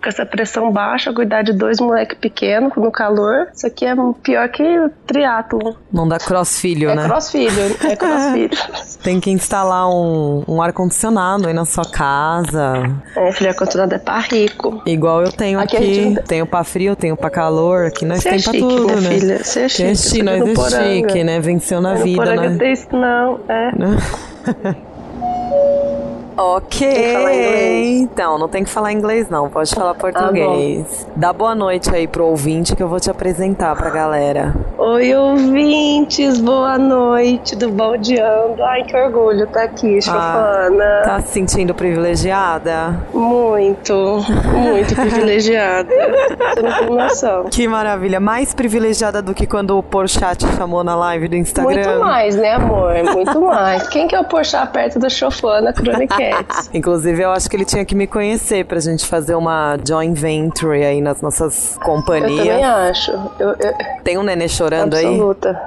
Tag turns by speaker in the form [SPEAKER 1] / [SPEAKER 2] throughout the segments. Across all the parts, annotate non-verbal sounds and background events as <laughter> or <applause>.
[SPEAKER 1] com essa pressão baixa, cuidar de dois moleque pequeno no calor. Isso aqui é pior que triatlo.
[SPEAKER 2] Não dá cross filho,
[SPEAKER 1] é
[SPEAKER 2] né?
[SPEAKER 1] cross filho, é cross filho.
[SPEAKER 2] <laughs> Tem que instalar um, um ar-condicionado aí na sua casa.
[SPEAKER 1] É, filho, ar-condicionado é pra rico.
[SPEAKER 2] Igual eu tenho aqui.
[SPEAKER 1] Aqui a gente não-
[SPEAKER 2] Tenho pra frio, tenho pra calor. Aqui nós
[SPEAKER 1] Você é
[SPEAKER 2] tem pra
[SPEAKER 1] chique,
[SPEAKER 2] tudo,
[SPEAKER 1] minha
[SPEAKER 2] né?
[SPEAKER 1] filha. Você é
[SPEAKER 2] Que
[SPEAKER 1] chique. você
[SPEAKER 2] nós
[SPEAKER 1] vive no
[SPEAKER 2] é
[SPEAKER 1] Poranga.
[SPEAKER 2] chique, né? Venceu na
[SPEAKER 1] É, no
[SPEAKER 2] vida,
[SPEAKER 1] Poranga
[SPEAKER 2] né?
[SPEAKER 1] tem isso, não. É.
[SPEAKER 2] <laughs>
[SPEAKER 1] que falar
[SPEAKER 2] ok.
[SPEAKER 1] inglês. Tá
[SPEAKER 2] Então, não tem que falar inglês, não. Pode falar português. Dá boa noite aí pro ouvinte que eu vou te apresentar pra galera.
[SPEAKER 1] Oi, ouvintes, boa noite do Baldeando. Ai, que orgulho tá
[SPEAKER 2] Ah.
[SPEAKER 1] aqui, Chofana.
[SPEAKER 2] Tá se sentindo privilegiada?
[SPEAKER 1] Muito, muito privilegiada. Você não tem noção.
[SPEAKER 2] Que maravilha. Mais privilegiada do que quando o Porchat chamou na live do Instagram.
[SPEAKER 1] Muito mais, né, amor? Muito mais. Quem que é o Porchat perto da Chofana Croniquetes?
[SPEAKER 2] Inclusive, eu acho que ele tinha que me conhecer pra gente fazer uma joint venture aí nas nossas
[SPEAKER 1] Eu também
[SPEAKER 2] companhias.
[SPEAKER 1] acho. Eu, eu,
[SPEAKER 2] Tem um nenê chorando aí?
[SPEAKER 1] absoluta.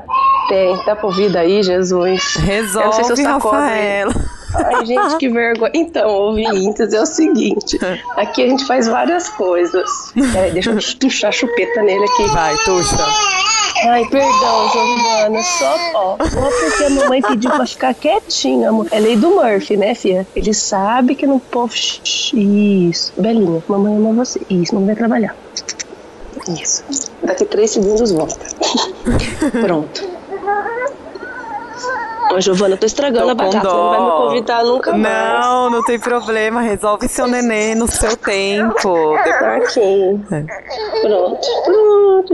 [SPEAKER 1] Tem, tá por vida aí, Jesus.
[SPEAKER 2] Resolve,
[SPEAKER 1] Eu não sei se eu sacodo ele.
[SPEAKER 2] Rafaela.
[SPEAKER 1] Ai, gente, que vergonha. Então, ouvintes, é o
[SPEAKER 2] <laughs>
[SPEAKER 1] seguinte: aqui a gente faz várias coisas. Peraí,
[SPEAKER 2] <laughs>
[SPEAKER 1] deixa eu puxar a chupeta nele aqui.
[SPEAKER 2] Vai, Tuxa.
[SPEAKER 1] Ai, perdão, Giovana. Só, ó, só porque a mamãe pediu pra ficar quietinha, amor. É lei do Murphy, né, filha? Ele sabe que não pode. Isso. Belinha, mamãe ama você. Isso, mamãe vai trabalhar. Isso. Daqui três segundos volta. <laughs> Pronto. Ô, Giovana, eu tô estragando a
[SPEAKER 2] Com
[SPEAKER 1] batata. Não vai me
[SPEAKER 2] dó.
[SPEAKER 1] convidar nunca mais.
[SPEAKER 2] Não, não tem problema. Resolve seu nenê no seu tempo.
[SPEAKER 1] Tá ok.
[SPEAKER 2] É.
[SPEAKER 1] Pronto. Pronto.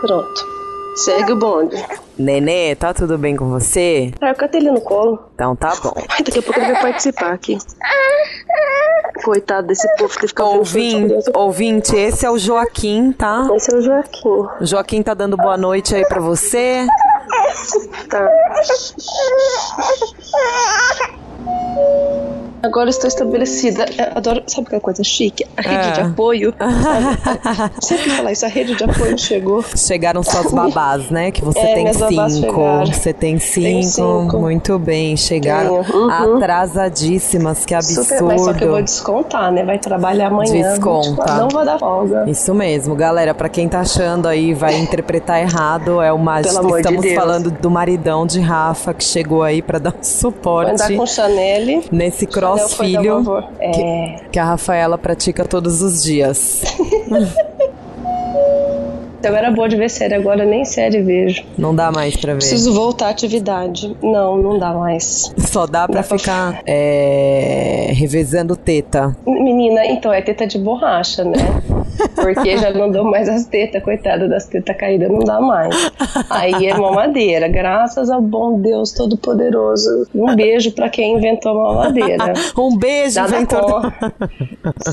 [SPEAKER 1] Pronto. Segue o bonde.
[SPEAKER 2] Nenê, tá tudo bem com você?
[SPEAKER 1] Ah, eu catei ele no colo.
[SPEAKER 2] Então tá bom.
[SPEAKER 1] Ai, daqui a pouco ele vai participar aqui. Coitado desse povo que fica
[SPEAKER 2] Ouvinte,
[SPEAKER 1] vendo essa
[SPEAKER 2] ouvinte, esse é o Joaquim, tá?
[SPEAKER 1] criança. Esse é o Joaquim.
[SPEAKER 2] O Joaquim tá dando boa noite aí pra você.
[SPEAKER 1] Tá. Agora eu estou estabelecida. Eu adoro, sabe que é uma coisa chique? A rede
[SPEAKER 2] É.
[SPEAKER 1] de
[SPEAKER 2] <laughs>
[SPEAKER 1] apoio. sabe? Sempre falar isso, a rede de apoio chegou.
[SPEAKER 2] Chegaram
[SPEAKER 1] <laughs>
[SPEAKER 2] suas babás, né? Que você
[SPEAKER 1] É,
[SPEAKER 2] tem
[SPEAKER 1] minhas babás
[SPEAKER 2] cinco.
[SPEAKER 1] chegaram.
[SPEAKER 2] Você tem cinco.
[SPEAKER 1] Tenho cinco.
[SPEAKER 2] Muito bem, chegaram
[SPEAKER 1] Tenho, uhum.
[SPEAKER 2] atrasadíssimas, que
[SPEAKER 1] Super, mas só que eu vou
[SPEAKER 2] absurdo.
[SPEAKER 1] descontar, né? Vai trabalhar amanhã.
[SPEAKER 2] Desconta.
[SPEAKER 1] 24, Não vou dar folga.
[SPEAKER 2] Isso mesmo, galera. Pra quem tá achando aí, vai interpretar errado. É o mágico.
[SPEAKER 1] amor de
[SPEAKER 2] Estamos
[SPEAKER 1] Deus.
[SPEAKER 2] falando do maridão de Rafa que chegou aí pra dar um
[SPEAKER 1] Vou
[SPEAKER 2] suporte
[SPEAKER 1] andar com Chanel.
[SPEAKER 2] nesse
[SPEAKER 1] Chanel foi dar
[SPEAKER 2] crossfilho
[SPEAKER 1] favor. É.
[SPEAKER 2] que a Rafaela pratica todos os dias.
[SPEAKER 1] Eu Então, era boa de ver série, agora nem série vejo.
[SPEAKER 2] Não dá mais pra ver.
[SPEAKER 1] Preciso voltar à atividade. Não, não dá mais.
[SPEAKER 2] Só dá pra
[SPEAKER 1] Dá pra-
[SPEAKER 2] ficar é, revezando teta.
[SPEAKER 1] Menina, então é teta de borracha, né? Porque já não dou mais as tetas, coitada das tetas caídas, não dá mais. Aí é mamadeira, graças ao bom Deus Todo-Poderoso. Um beijo pra quem inventou a mamadeira.
[SPEAKER 2] Um beijo,
[SPEAKER 1] Nada
[SPEAKER 2] inventor.
[SPEAKER 1] contra.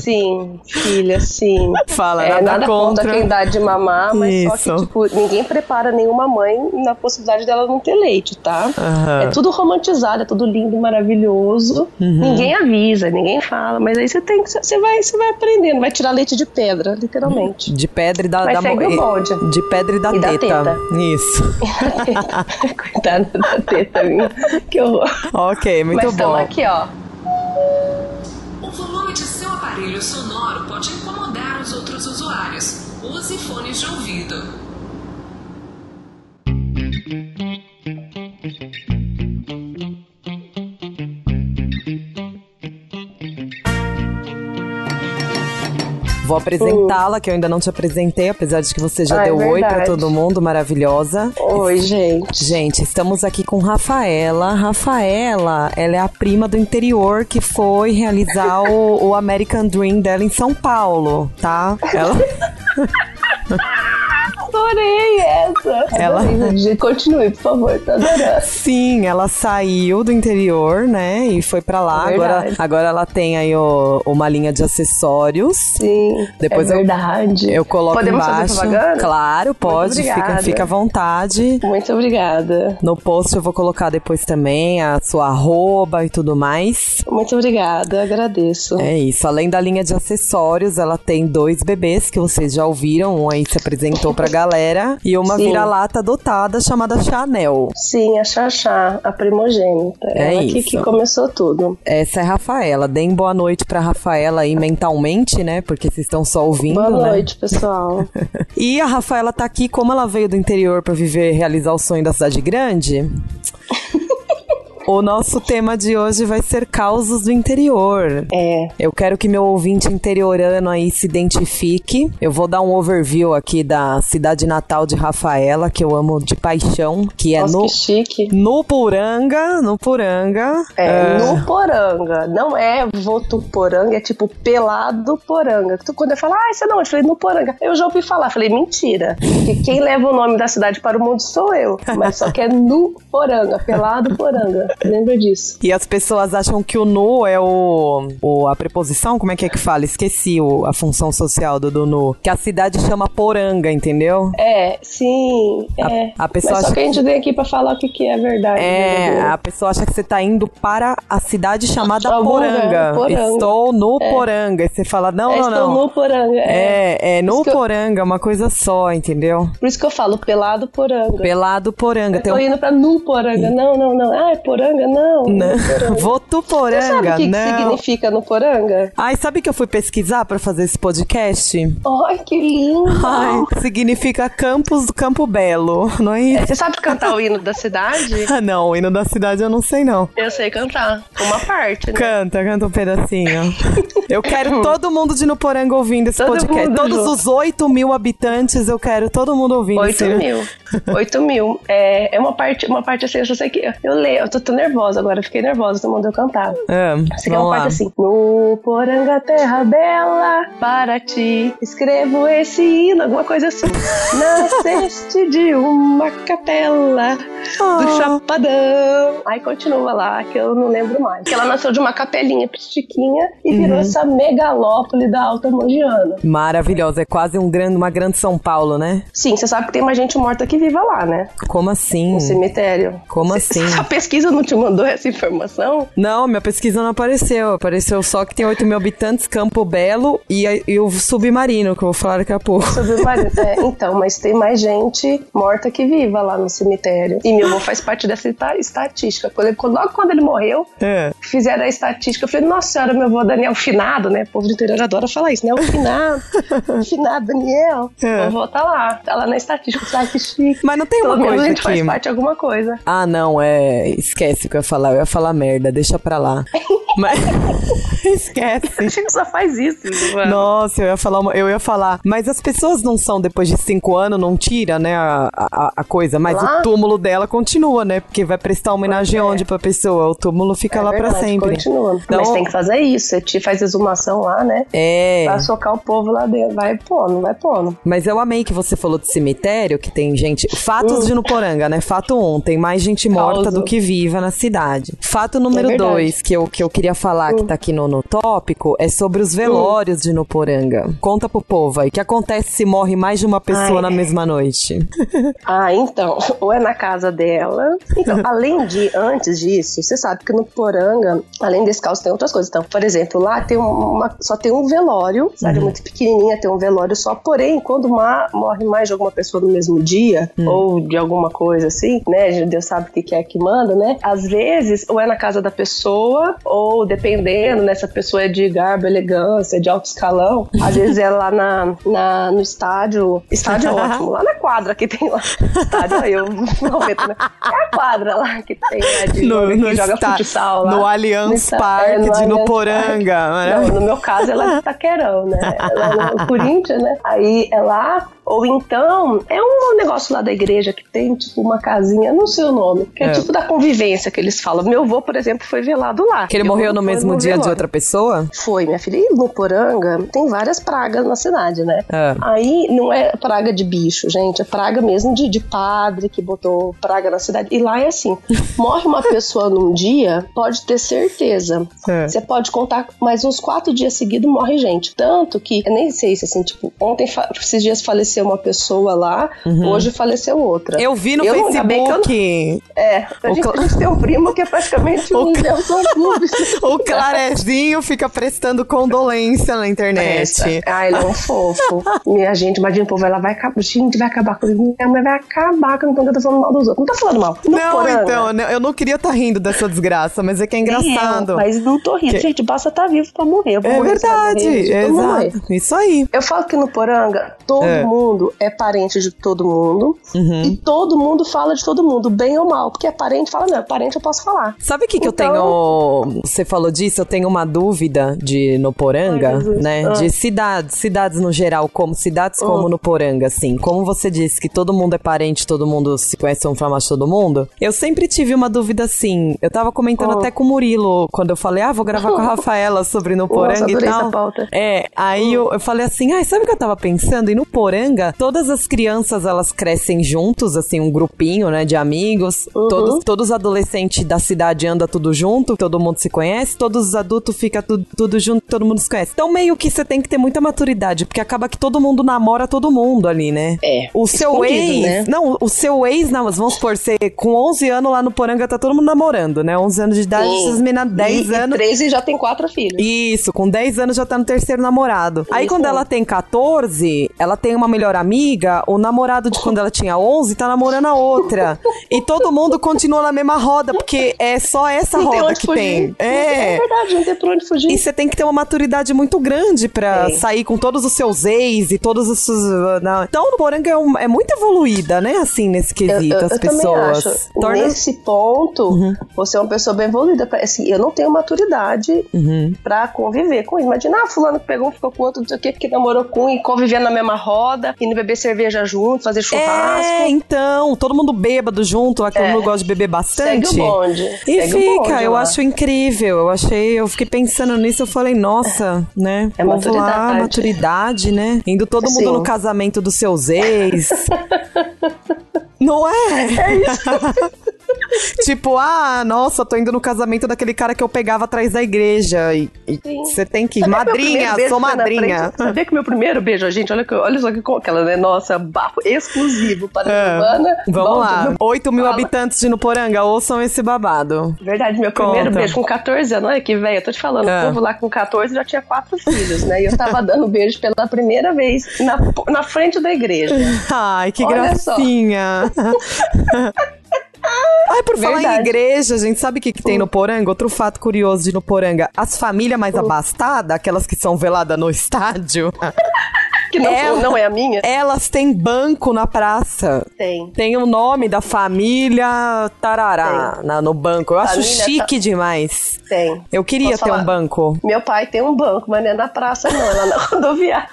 [SPEAKER 2] <laughs>
[SPEAKER 1] Sim, filha, sim.
[SPEAKER 2] Fala,
[SPEAKER 1] é,
[SPEAKER 2] nada contra.
[SPEAKER 1] quem dá de mamar, mas só
[SPEAKER 2] Isso.
[SPEAKER 1] que, tipo, ninguém prepara nenhuma mãe na possibilidade dela não ter leite, tá?
[SPEAKER 2] Aham. Uhum.
[SPEAKER 1] É tudo romantizado, é tudo lindo, maravilhoso. Ninguém avisa, ninguém fala, mas aí você tem que. Você vai, você vai aprendendo, vai tirar leite de pedra, literalmente.
[SPEAKER 2] De pedra e da,
[SPEAKER 1] Mas
[SPEAKER 2] da
[SPEAKER 1] segue
[SPEAKER 2] mo-
[SPEAKER 1] o
[SPEAKER 2] e-
[SPEAKER 1] bonde.
[SPEAKER 2] De pedra e da,
[SPEAKER 1] E da
[SPEAKER 2] teta.
[SPEAKER 1] teta.
[SPEAKER 2] Isso.
[SPEAKER 1] <laughs>
[SPEAKER 2] <laughs>
[SPEAKER 1] Coitada da teta minha. Que horror.
[SPEAKER 2] ok, muito
[SPEAKER 1] mas
[SPEAKER 2] bom.
[SPEAKER 1] tamo aqui, ó.
[SPEAKER 3] O volume de seu aparelho sonoro pode incomodar os outros usuários. Use fones de ouvido.
[SPEAKER 2] Vou apresentá-la, que eu ainda não te apresentei, apesar de que você já
[SPEAKER 1] Ah, é
[SPEAKER 2] deu oi pra
[SPEAKER 1] verdade.
[SPEAKER 2] todo mundo, maravilhosa.
[SPEAKER 1] Oi, gente.
[SPEAKER 2] Gente, estamos aqui com Rafaela. Rafaela, ela é a prima do interior que foi realizar o, o American Dream dela em São Paulo, tá?
[SPEAKER 1] <laughs>
[SPEAKER 2] Ela,
[SPEAKER 1] Adorei essa.
[SPEAKER 2] Ela-
[SPEAKER 1] Adorei, gente. Continue, por favor, tô adorando.
[SPEAKER 2] sim, ela saiu do interior, né? E foi pra lá. Agora,
[SPEAKER 1] Verdade.
[SPEAKER 2] agora ela tem aí ó, uma linha de acessórios.
[SPEAKER 1] Sim.
[SPEAKER 2] Depois
[SPEAKER 1] é
[SPEAKER 2] eu-
[SPEAKER 1] verdade.
[SPEAKER 2] Eu coloco
[SPEAKER 1] Podemos
[SPEAKER 2] embaixo.
[SPEAKER 1] Fazer propaganda?
[SPEAKER 2] claro, pode, fica,
[SPEAKER 1] obrigada.
[SPEAKER 2] fica à vontade.
[SPEAKER 1] Muito obrigada.
[SPEAKER 2] No post eu vou colocar depois também a sua arroba e tudo mais.
[SPEAKER 1] Muito obrigada, agradeço.
[SPEAKER 2] É isso. Além da linha de acessórios, ela tem dois bebês que vocês já ouviram. Um aí se apresentou pra galera e uma
[SPEAKER 1] Sim.
[SPEAKER 2] vira-lata adotada chamada Chanel.
[SPEAKER 1] Sim, a Xaxá, a primogênita.
[SPEAKER 2] É
[SPEAKER 1] ela que,
[SPEAKER 2] isso.
[SPEAKER 1] que começou tudo.
[SPEAKER 2] Essa é a Rafaela. Deem boa noite pra Rafaela aí mentalmente, né? Porque vocês estão só ouvindo,
[SPEAKER 4] Boa
[SPEAKER 2] né?
[SPEAKER 4] noite,
[SPEAKER 2] <laughs>
[SPEAKER 4] pessoal.
[SPEAKER 2] E a Rafaela tá aqui, como ela veio do interior pra viver e realizar o sonho da
[SPEAKER 1] <laughs>
[SPEAKER 2] cidade grande. O nosso tema de hoje vai ser causos do interior.
[SPEAKER 1] É.
[SPEAKER 2] Eu quero que meu ouvinte interiorano aí se identifique. Eu vou dar um overview aqui da cidade natal de Rafaela, que eu amo de paixão, que é
[SPEAKER 1] Nossa,
[SPEAKER 2] no
[SPEAKER 1] que chique.
[SPEAKER 2] Nupuranga, Nupuranga.
[SPEAKER 1] É,
[SPEAKER 2] Ah,
[SPEAKER 1] no poranga. Não é voto poranga, é tipo pelado poranga. Tu- Quando eu falo, ah, isso não, eu falei no poranga. Eu já ouvi falar, falei, mentira. Porque quem leva o nome da cidade para o mundo sou eu. Mas só que é no poranga, pelado poranga. Lembra disso?
[SPEAKER 2] E as pessoas acham que o nu é o, o a preposição, como é que é que fala? Esqueci o, a função social do, do nu. Que a cidade chama poranga, entendeu?
[SPEAKER 1] É, sim. É.
[SPEAKER 2] a pessoa
[SPEAKER 1] Mas só
[SPEAKER 2] acha
[SPEAKER 1] que a gente vem aqui pra falar o que, que é verdade.
[SPEAKER 2] É,
[SPEAKER 1] verdadeira.
[SPEAKER 2] a pessoa acha que você tá indo para a cidade chamada
[SPEAKER 1] Algum
[SPEAKER 2] Poranga.
[SPEAKER 1] lugar, Poranga.
[SPEAKER 2] Estou no Poranga. E você fala, não,
[SPEAKER 1] É,
[SPEAKER 2] não,
[SPEAKER 1] estou
[SPEAKER 2] não.
[SPEAKER 1] no poranga. É.
[SPEAKER 2] É, é no
[SPEAKER 1] Isso que eu-
[SPEAKER 2] Poranga, uma coisa só, entendeu?
[SPEAKER 1] Por isso que eu falo pelado poranga.
[SPEAKER 2] Pelado Poranga.
[SPEAKER 1] Eu
[SPEAKER 2] Tem
[SPEAKER 1] tô
[SPEAKER 2] um...
[SPEAKER 1] indo pra nu poranga. Não, não, não. Ah, é poranga? Não.
[SPEAKER 2] Não. <laughs>
[SPEAKER 1] Poranga.
[SPEAKER 2] Votu
[SPEAKER 1] Você sabe
[SPEAKER 2] Poranga,
[SPEAKER 1] o que, que
[SPEAKER 2] não.
[SPEAKER 1] significa no poranga?
[SPEAKER 2] Ai, sabe que eu fui pesquisar para fazer esse podcast?
[SPEAKER 1] Ai, que
[SPEAKER 2] <laughs>
[SPEAKER 1] lindo!
[SPEAKER 2] Ai, significa Campos do Campo Belo, não é isso?
[SPEAKER 1] Você sabe cantar o hino da cidade?
[SPEAKER 2] Ah, não, o hino da cidade eu não sei não.
[SPEAKER 1] Eu sei cantar. Uma parte, né?
[SPEAKER 2] Canta, canta um pedacinho. Eu quero todo mundo de Nuporanga ouvindo esse
[SPEAKER 1] Todo
[SPEAKER 2] podcast.
[SPEAKER 1] mundo
[SPEAKER 2] Todos
[SPEAKER 1] junto.
[SPEAKER 2] os 8 mil habitantes, eu quero todo mundo ouvindo.
[SPEAKER 1] 8
[SPEAKER 2] esse-
[SPEAKER 1] mil. 8 mil. É, é uma parte, uma parte assim, eu só sei que. Eu leio, eu tô, tô nervosa agora, eu fiquei nervosa do mundo eu cantar.
[SPEAKER 2] Ah,
[SPEAKER 1] Você quer uma
[SPEAKER 2] vamos lá.
[SPEAKER 1] parte assim? No Poranga Terra Bela, para ti escrevo esse hino, alguma coisa
[SPEAKER 2] <laughs>
[SPEAKER 1] assim. Nasceste de uma capela do
[SPEAKER 2] Ah.
[SPEAKER 1] Chapadão. Aí continua lá, que eu não lembro mais. Que ela nasceu de uma capelinha pitiquinha e
[SPEAKER 2] Uhum.
[SPEAKER 1] virou essa megalópole da Alta Mogiana.
[SPEAKER 2] Maravilhosa, é quase um grande, uma grande São Paulo, né?
[SPEAKER 1] Sim, você sabe que tem mais gente morta que viva lá, né?
[SPEAKER 2] Como assim?
[SPEAKER 1] No cemitério.
[SPEAKER 2] Como
[SPEAKER 1] Cê-
[SPEAKER 2] assim?
[SPEAKER 1] A pesquisa não te mandou essa informação?
[SPEAKER 2] Não, minha pesquisa não apareceu. Apareceu só que tem 8 mil habitantes, Campo Belo e, a- e o submarino, que eu vou falar daqui a pouco.
[SPEAKER 1] Sobre o marido.
[SPEAKER 2] <laughs>
[SPEAKER 1] É, então, mas tem mais gente morta que viva lá no cemitério. E meu avô faz parte dessa esta- estatística. Quando ele- quando- logo quando ele morreu,
[SPEAKER 2] É.
[SPEAKER 1] fizeram a estatística. Eu falei, nossa senhora, meu avô Daniel Finado, né? O povo do interior adora falar isso, né? O Finado. Finado Daniel.
[SPEAKER 2] É.
[SPEAKER 1] Meu avô tá lá. Tá lá na estatística. Eu falei, Ai, que chique.
[SPEAKER 2] Mas não tem
[SPEAKER 1] Pelo
[SPEAKER 2] uma
[SPEAKER 1] menos a
[SPEAKER 2] coisa
[SPEAKER 1] gente faz
[SPEAKER 2] aqui.
[SPEAKER 1] parte de alguma coisa.
[SPEAKER 2] Ah, não, é. Esquece o que eu ia falar. Eu ia falar merda, deixa pra
[SPEAKER 1] <laughs>
[SPEAKER 2] lá. Mas.
[SPEAKER 1] A
[SPEAKER 2] <laughs> Esquece.
[SPEAKER 1] gente só faz isso. Luana.
[SPEAKER 2] Nossa, eu ia falar, uma- eu ia falar. Mas as pessoas não são depois de cinco anos, não tira, né, a, a, a coisa. Mas
[SPEAKER 1] Lá?
[SPEAKER 2] o túmulo dela continua, né? Porque vai prestar homenagem
[SPEAKER 1] Pois é.
[SPEAKER 2] onde pra pessoa? O túmulo fica
[SPEAKER 1] É
[SPEAKER 2] lá pra
[SPEAKER 1] verdade,
[SPEAKER 2] sempre.
[SPEAKER 1] Continua.
[SPEAKER 2] Então-
[SPEAKER 1] Mas tem que fazer isso. Você te faz exumação lá, né?
[SPEAKER 2] É.
[SPEAKER 1] Pra socar o povo lá dentro. Vai pondo, vai pondo.
[SPEAKER 2] Mas eu amei que você falou de cemitério, que tem gente.
[SPEAKER 1] Uh.
[SPEAKER 2] Fatos de Nuporanga, né? Fato 1, tem mais gente morta
[SPEAKER 1] Causo.
[SPEAKER 2] do que viva na cidade. Fato número
[SPEAKER 1] É verdade. Uh.
[SPEAKER 2] 2, que eu, que eu queria falar, que tá aqui no, no tópico, é sobre os velórios de Nuporanga. Conta pro povo aí, o que acontece se morre mais de uma pessoa
[SPEAKER 1] Ai,
[SPEAKER 2] na
[SPEAKER 1] é. <laughs>
[SPEAKER 2] mesma noite?
[SPEAKER 1] Ah, então, <laughs> ou é na casa dela. Então, além de, antes disso, você sabe que no Poranga, além desse caos, tem outras coisas. Então, por exemplo, lá tem uma, só tem um velório, sabe? Muito pequenininha, tem um velório só. Porém, quando ma- morre mais de alguma pessoa no mesmo dia, ou de alguma coisa assim, né? Deus sabe o que que é que manda, né? Às vezes, ou é na casa da pessoa, ou dependendo, né? Se a pessoa é de garbo, elegância, de alto escalão, às vezes é lá na, na- no estádio. Estádio é ótimo, lá na quadra que tem lá. Estádio, aí eu não meto, né? É a quadra lá que tem lá de homem que joga
[SPEAKER 2] está-
[SPEAKER 1] futsal lá.
[SPEAKER 2] no Allianz
[SPEAKER 1] esta- é,
[SPEAKER 2] Parque
[SPEAKER 1] no
[SPEAKER 2] de né?
[SPEAKER 1] Allianz
[SPEAKER 2] Nuporanga.
[SPEAKER 1] não, no
[SPEAKER 2] maravilhoso.
[SPEAKER 1] meu caso, ela
[SPEAKER 2] <laughs>
[SPEAKER 1] é de Taquerão, né? Ela é no Corinthians, né? Aí é lá. Ou então, é um negócio lá da igreja que tem, tipo, uma casinha, não sei o nome, que é,
[SPEAKER 2] É.
[SPEAKER 1] tipo da convivência que eles falam. Meu avô, por exemplo, foi velado lá.
[SPEAKER 2] Que ele
[SPEAKER 1] Meu
[SPEAKER 2] morreu
[SPEAKER 1] avô
[SPEAKER 2] no
[SPEAKER 1] foi
[SPEAKER 2] mesmo dia de
[SPEAKER 1] velório.
[SPEAKER 2] outra pessoa?
[SPEAKER 1] Foi, minha filha. E no Poranga tem várias pragas na cidade, né?
[SPEAKER 2] É.
[SPEAKER 1] Aí não é praga de bicho, gente. É praga mesmo de, de padre que botou praga na cidade. E lá é
[SPEAKER 2] <laughs>
[SPEAKER 1] assim: morre uma pessoa num dia, pode ter certeza.
[SPEAKER 2] É.
[SPEAKER 1] Você pode contar, mas uns quatro dias seguidos morre gente. Tanto que, eu nem sei se assim, tipo, ontem, fa- esses dias faleceu uma pessoa lá, hoje faleceu outra.
[SPEAKER 2] Uhum. Eu vi no
[SPEAKER 1] Eu não- ainda bem que eu não-
[SPEAKER 2] Facebook.
[SPEAKER 1] É, a gente,
[SPEAKER 2] Cla-
[SPEAKER 1] a gente tem um primo que é
[SPEAKER 2] <laughs>
[SPEAKER 1] praticamente um Nelson Rubens.
[SPEAKER 2] O Clarezinho fica prestando condolência na internet.
[SPEAKER 1] Essa. Ah, ele é um fofo. <laughs> Minha gente, imagina o povo, ela vai acabar. Gente, vai acabar comigo. Minha mãe vai acabar que eu não tô eu tô falando mal dos outros. Não tá falando mal. Não,
[SPEAKER 2] Não,
[SPEAKER 1] poranga.
[SPEAKER 2] então, não, eu não queria estar rindo dessa desgraça, mas é que é
[SPEAKER 4] Nem eu,
[SPEAKER 2] engraçado.
[SPEAKER 4] mas não tô rindo.
[SPEAKER 2] Que-
[SPEAKER 4] Gente, basta
[SPEAKER 1] tá
[SPEAKER 4] estar vivo pra morrer. Eu vou
[SPEAKER 2] É
[SPEAKER 4] morrer se eu
[SPEAKER 2] verdade,
[SPEAKER 4] morrer, gente.
[SPEAKER 1] eu vou morrer.
[SPEAKER 2] exato. Isso aí.
[SPEAKER 1] Eu falo que no Poranga, todo
[SPEAKER 2] É. Uhum.
[SPEAKER 1] mundo é parente de todo mundo. E todo mundo fala de todo mundo, bem ou mal. Porque é parente, fala, não, é parente eu posso falar.
[SPEAKER 2] Sabe o que, que eu
[SPEAKER 1] Então-
[SPEAKER 2] tenho? Você falou disso, eu tenho uma dúvida de no Poranga,
[SPEAKER 1] Ah.
[SPEAKER 2] né? De cidades, cidades no geral, como cidades
[SPEAKER 1] Oh.
[SPEAKER 2] como no Poranga, assim. Como você disse que todo mundo é parente, todo mundo se conhece, um fama de todo mundo. Eu sempre tive uma dúvida assim. Eu tava comentando
[SPEAKER 1] Oh.
[SPEAKER 2] até com o Murilo quando eu falei, ah, vou gravar
[SPEAKER 1] <laughs>
[SPEAKER 2] com a Rafaela sobre no Poranga e
[SPEAKER 1] adorei
[SPEAKER 2] tal.
[SPEAKER 1] essa pauta.
[SPEAKER 2] É, aí eu, eu falei assim, ai, sabe o que eu tava pensando? E no Poranga, todas as crianças, elas crescem juntos, assim, um grupinho, né, de amigos.
[SPEAKER 1] Uhum.
[SPEAKER 2] Todos, todos os adolescentes da cidade andam tudo junto, todo mundo se conhece. Todos os adultos ficam tudo, tudo junto, todo mundo se conhece. Então meio que você tem que ter muita maturidade, porque acaba que todo mundo namora todo mundo ali, né?
[SPEAKER 1] É,
[SPEAKER 2] O seu
[SPEAKER 1] escondido,
[SPEAKER 2] ex,
[SPEAKER 1] né?
[SPEAKER 2] não, o seu ex, não, mas vamos supor, você com 11 anos lá no Poranga tá todo mundo namorando, né? 11 anos de idade,
[SPEAKER 1] Sim.
[SPEAKER 2] essas meninas 10
[SPEAKER 1] e,
[SPEAKER 2] anos,
[SPEAKER 1] 13 já tem quatro filhos.
[SPEAKER 2] isso, com 10 anos já tá no terceiro namorado. Aí
[SPEAKER 1] Isso.
[SPEAKER 2] quando ela tem 14, ela tem uma melhor amiga, o namorado de quando ela tinha 11 tá namorando a outra. e todo mundo continua na mesma roda, porque é só essa
[SPEAKER 1] não tem
[SPEAKER 2] roda
[SPEAKER 1] onde
[SPEAKER 2] que
[SPEAKER 1] fugir.
[SPEAKER 2] tem.
[SPEAKER 1] Não É verdade, não tem pra onde fugir.
[SPEAKER 2] E você tem que ter uma maturidade muito grande pra
[SPEAKER 1] Tem.
[SPEAKER 2] sair com todos os seus ex e todos os seus. uh, na- Então, o Poranga é, um- é muito evoluída, né? Assim, nesse quesito, as pessoas.
[SPEAKER 1] Também acho.
[SPEAKER 2] Torna-
[SPEAKER 1] Nesse ponto,
[SPEAKER 2] Uhum.
[SPEAKER 1] você é uma pessoa bem evoluída. Assim, eu não tenho maturidade
[SPEAKER 2] Uhum.
[SPEAKER 1] pra conviver com isso. Imagina, ah, fulano que pegou, ficou com outro, não sei o quê, que namorou com um e convivia na mesma roda, indo beber cerveja junto, fazer churrasco.
[SPEAKER 2] É, então, todo mundo bêbado junto, lá que todo
[SPEAKER 1] É.
[SPEAKER 2] mundo gosta de beber bastante.
[SPEAKER 1] Segue o bonde.
[SPEAKER 2] E
[SPEAKER 1] Segue o
[SPEAKER 2] fica,
[SPEAKER 1] bonde
[SPEAKER 2] eu
[SPEAKER 1] lá.
[SPEAKER 2] acho incrível. Eu achei, eu fiquei pensando nisso, eu falei, nossa, né?
[SPEAKER 1] É
[SPEAKER 2] povo lá,
[SPEAKER 1] maturidade.
[SPEAKER 2] maturidade, né? Indo todo mundo
[SPEAKER 1] Sim.
[SPEAKER 2] no casamento dos seus ex.
[SPEAKER 1] <laughs>
[SPEAKER 2] Não é? <laughs> tipo, ah, nossa, tô indo no casamento daquele cara que eu pegava atrás da igreja. E e
[SPEAKER 1] Sim.
[SPEAKER 2] você tem que ir.
[SPEAKER 1] Sabia que meu
[SPEAKER 2] Madrinha,
[SPEAKER 1] primeiro beijo
[SPEAKER 2] sou
[SPEAKER 1] foi na
[SPEAKER 2] <laughs> madrinha.
[SPEAKER 1] frente? Sabia que meu primeiro beijo, gente, olha, que, olha só que com aquela, né? Nossa, bafo exclusivo para a Silvana.
[SPEAKER 2] É. Vamos
[SPEAKER 1] Bom,
[SPEAKER 2] lá.
[SPEAKER 1] meu-
[SPEAKER 2] 8 mil
[SPEAKER 1] Fala.
[SPEAKER 2] habitantes de Nuporanga, ouçam esse babado.
[SPEAKER 1] Verdade, meu primeiro
[SPEAKER 2] Conta.
[SPEAKER 1] beijo com 14 anos, olha que velho, eu tô te falando,
[SPEAKER 2] Ah.
[SPEAKER 1] o povo lá com 14 já tinha quatro filhos, né? E eu tava dando beijo pela primeira vez na, na frente da igreja.
[SPEAKER 2] Ai, que
[SPEAKER 1] Olha só. <laughs>
[SPEAKER 2] gracinha. Ai, por falar em
[SPEAKER 1] Verdade. Hum.
[SPEAKER 2] igreja, gente, sabe o que, que tem no Poranga? Outro fato curioso de no Poranga. As famílias mais abastadas, aquelas que são veladas no <laughs> estádio,
[SPEAKER 1] Que não,
[SPEAKER 2] Ela-
[SPEAKER 1] não é a minha?
[SPEAKER 2] elas têm banco na praça.
[SPEAKER 1] Tem.
[SPEAKER 2] Tem o nome da família Tarará na- no banco. Eu acho
[SPEAKER 1] Família
[SPEAKER 2] chique demais.
[SPEAKER 1] Tem.
[SPEAKER 2] Eu queria
[SPEAKER 1] Posso
[SPEAKER 2] ter
[SPEAKER 1] falar?
[SPEAKER 2] um banco.
[SPEAKER 1] Meu pai tem um banco, mas não é na praça, não, é lá na <laughs> rodoviária.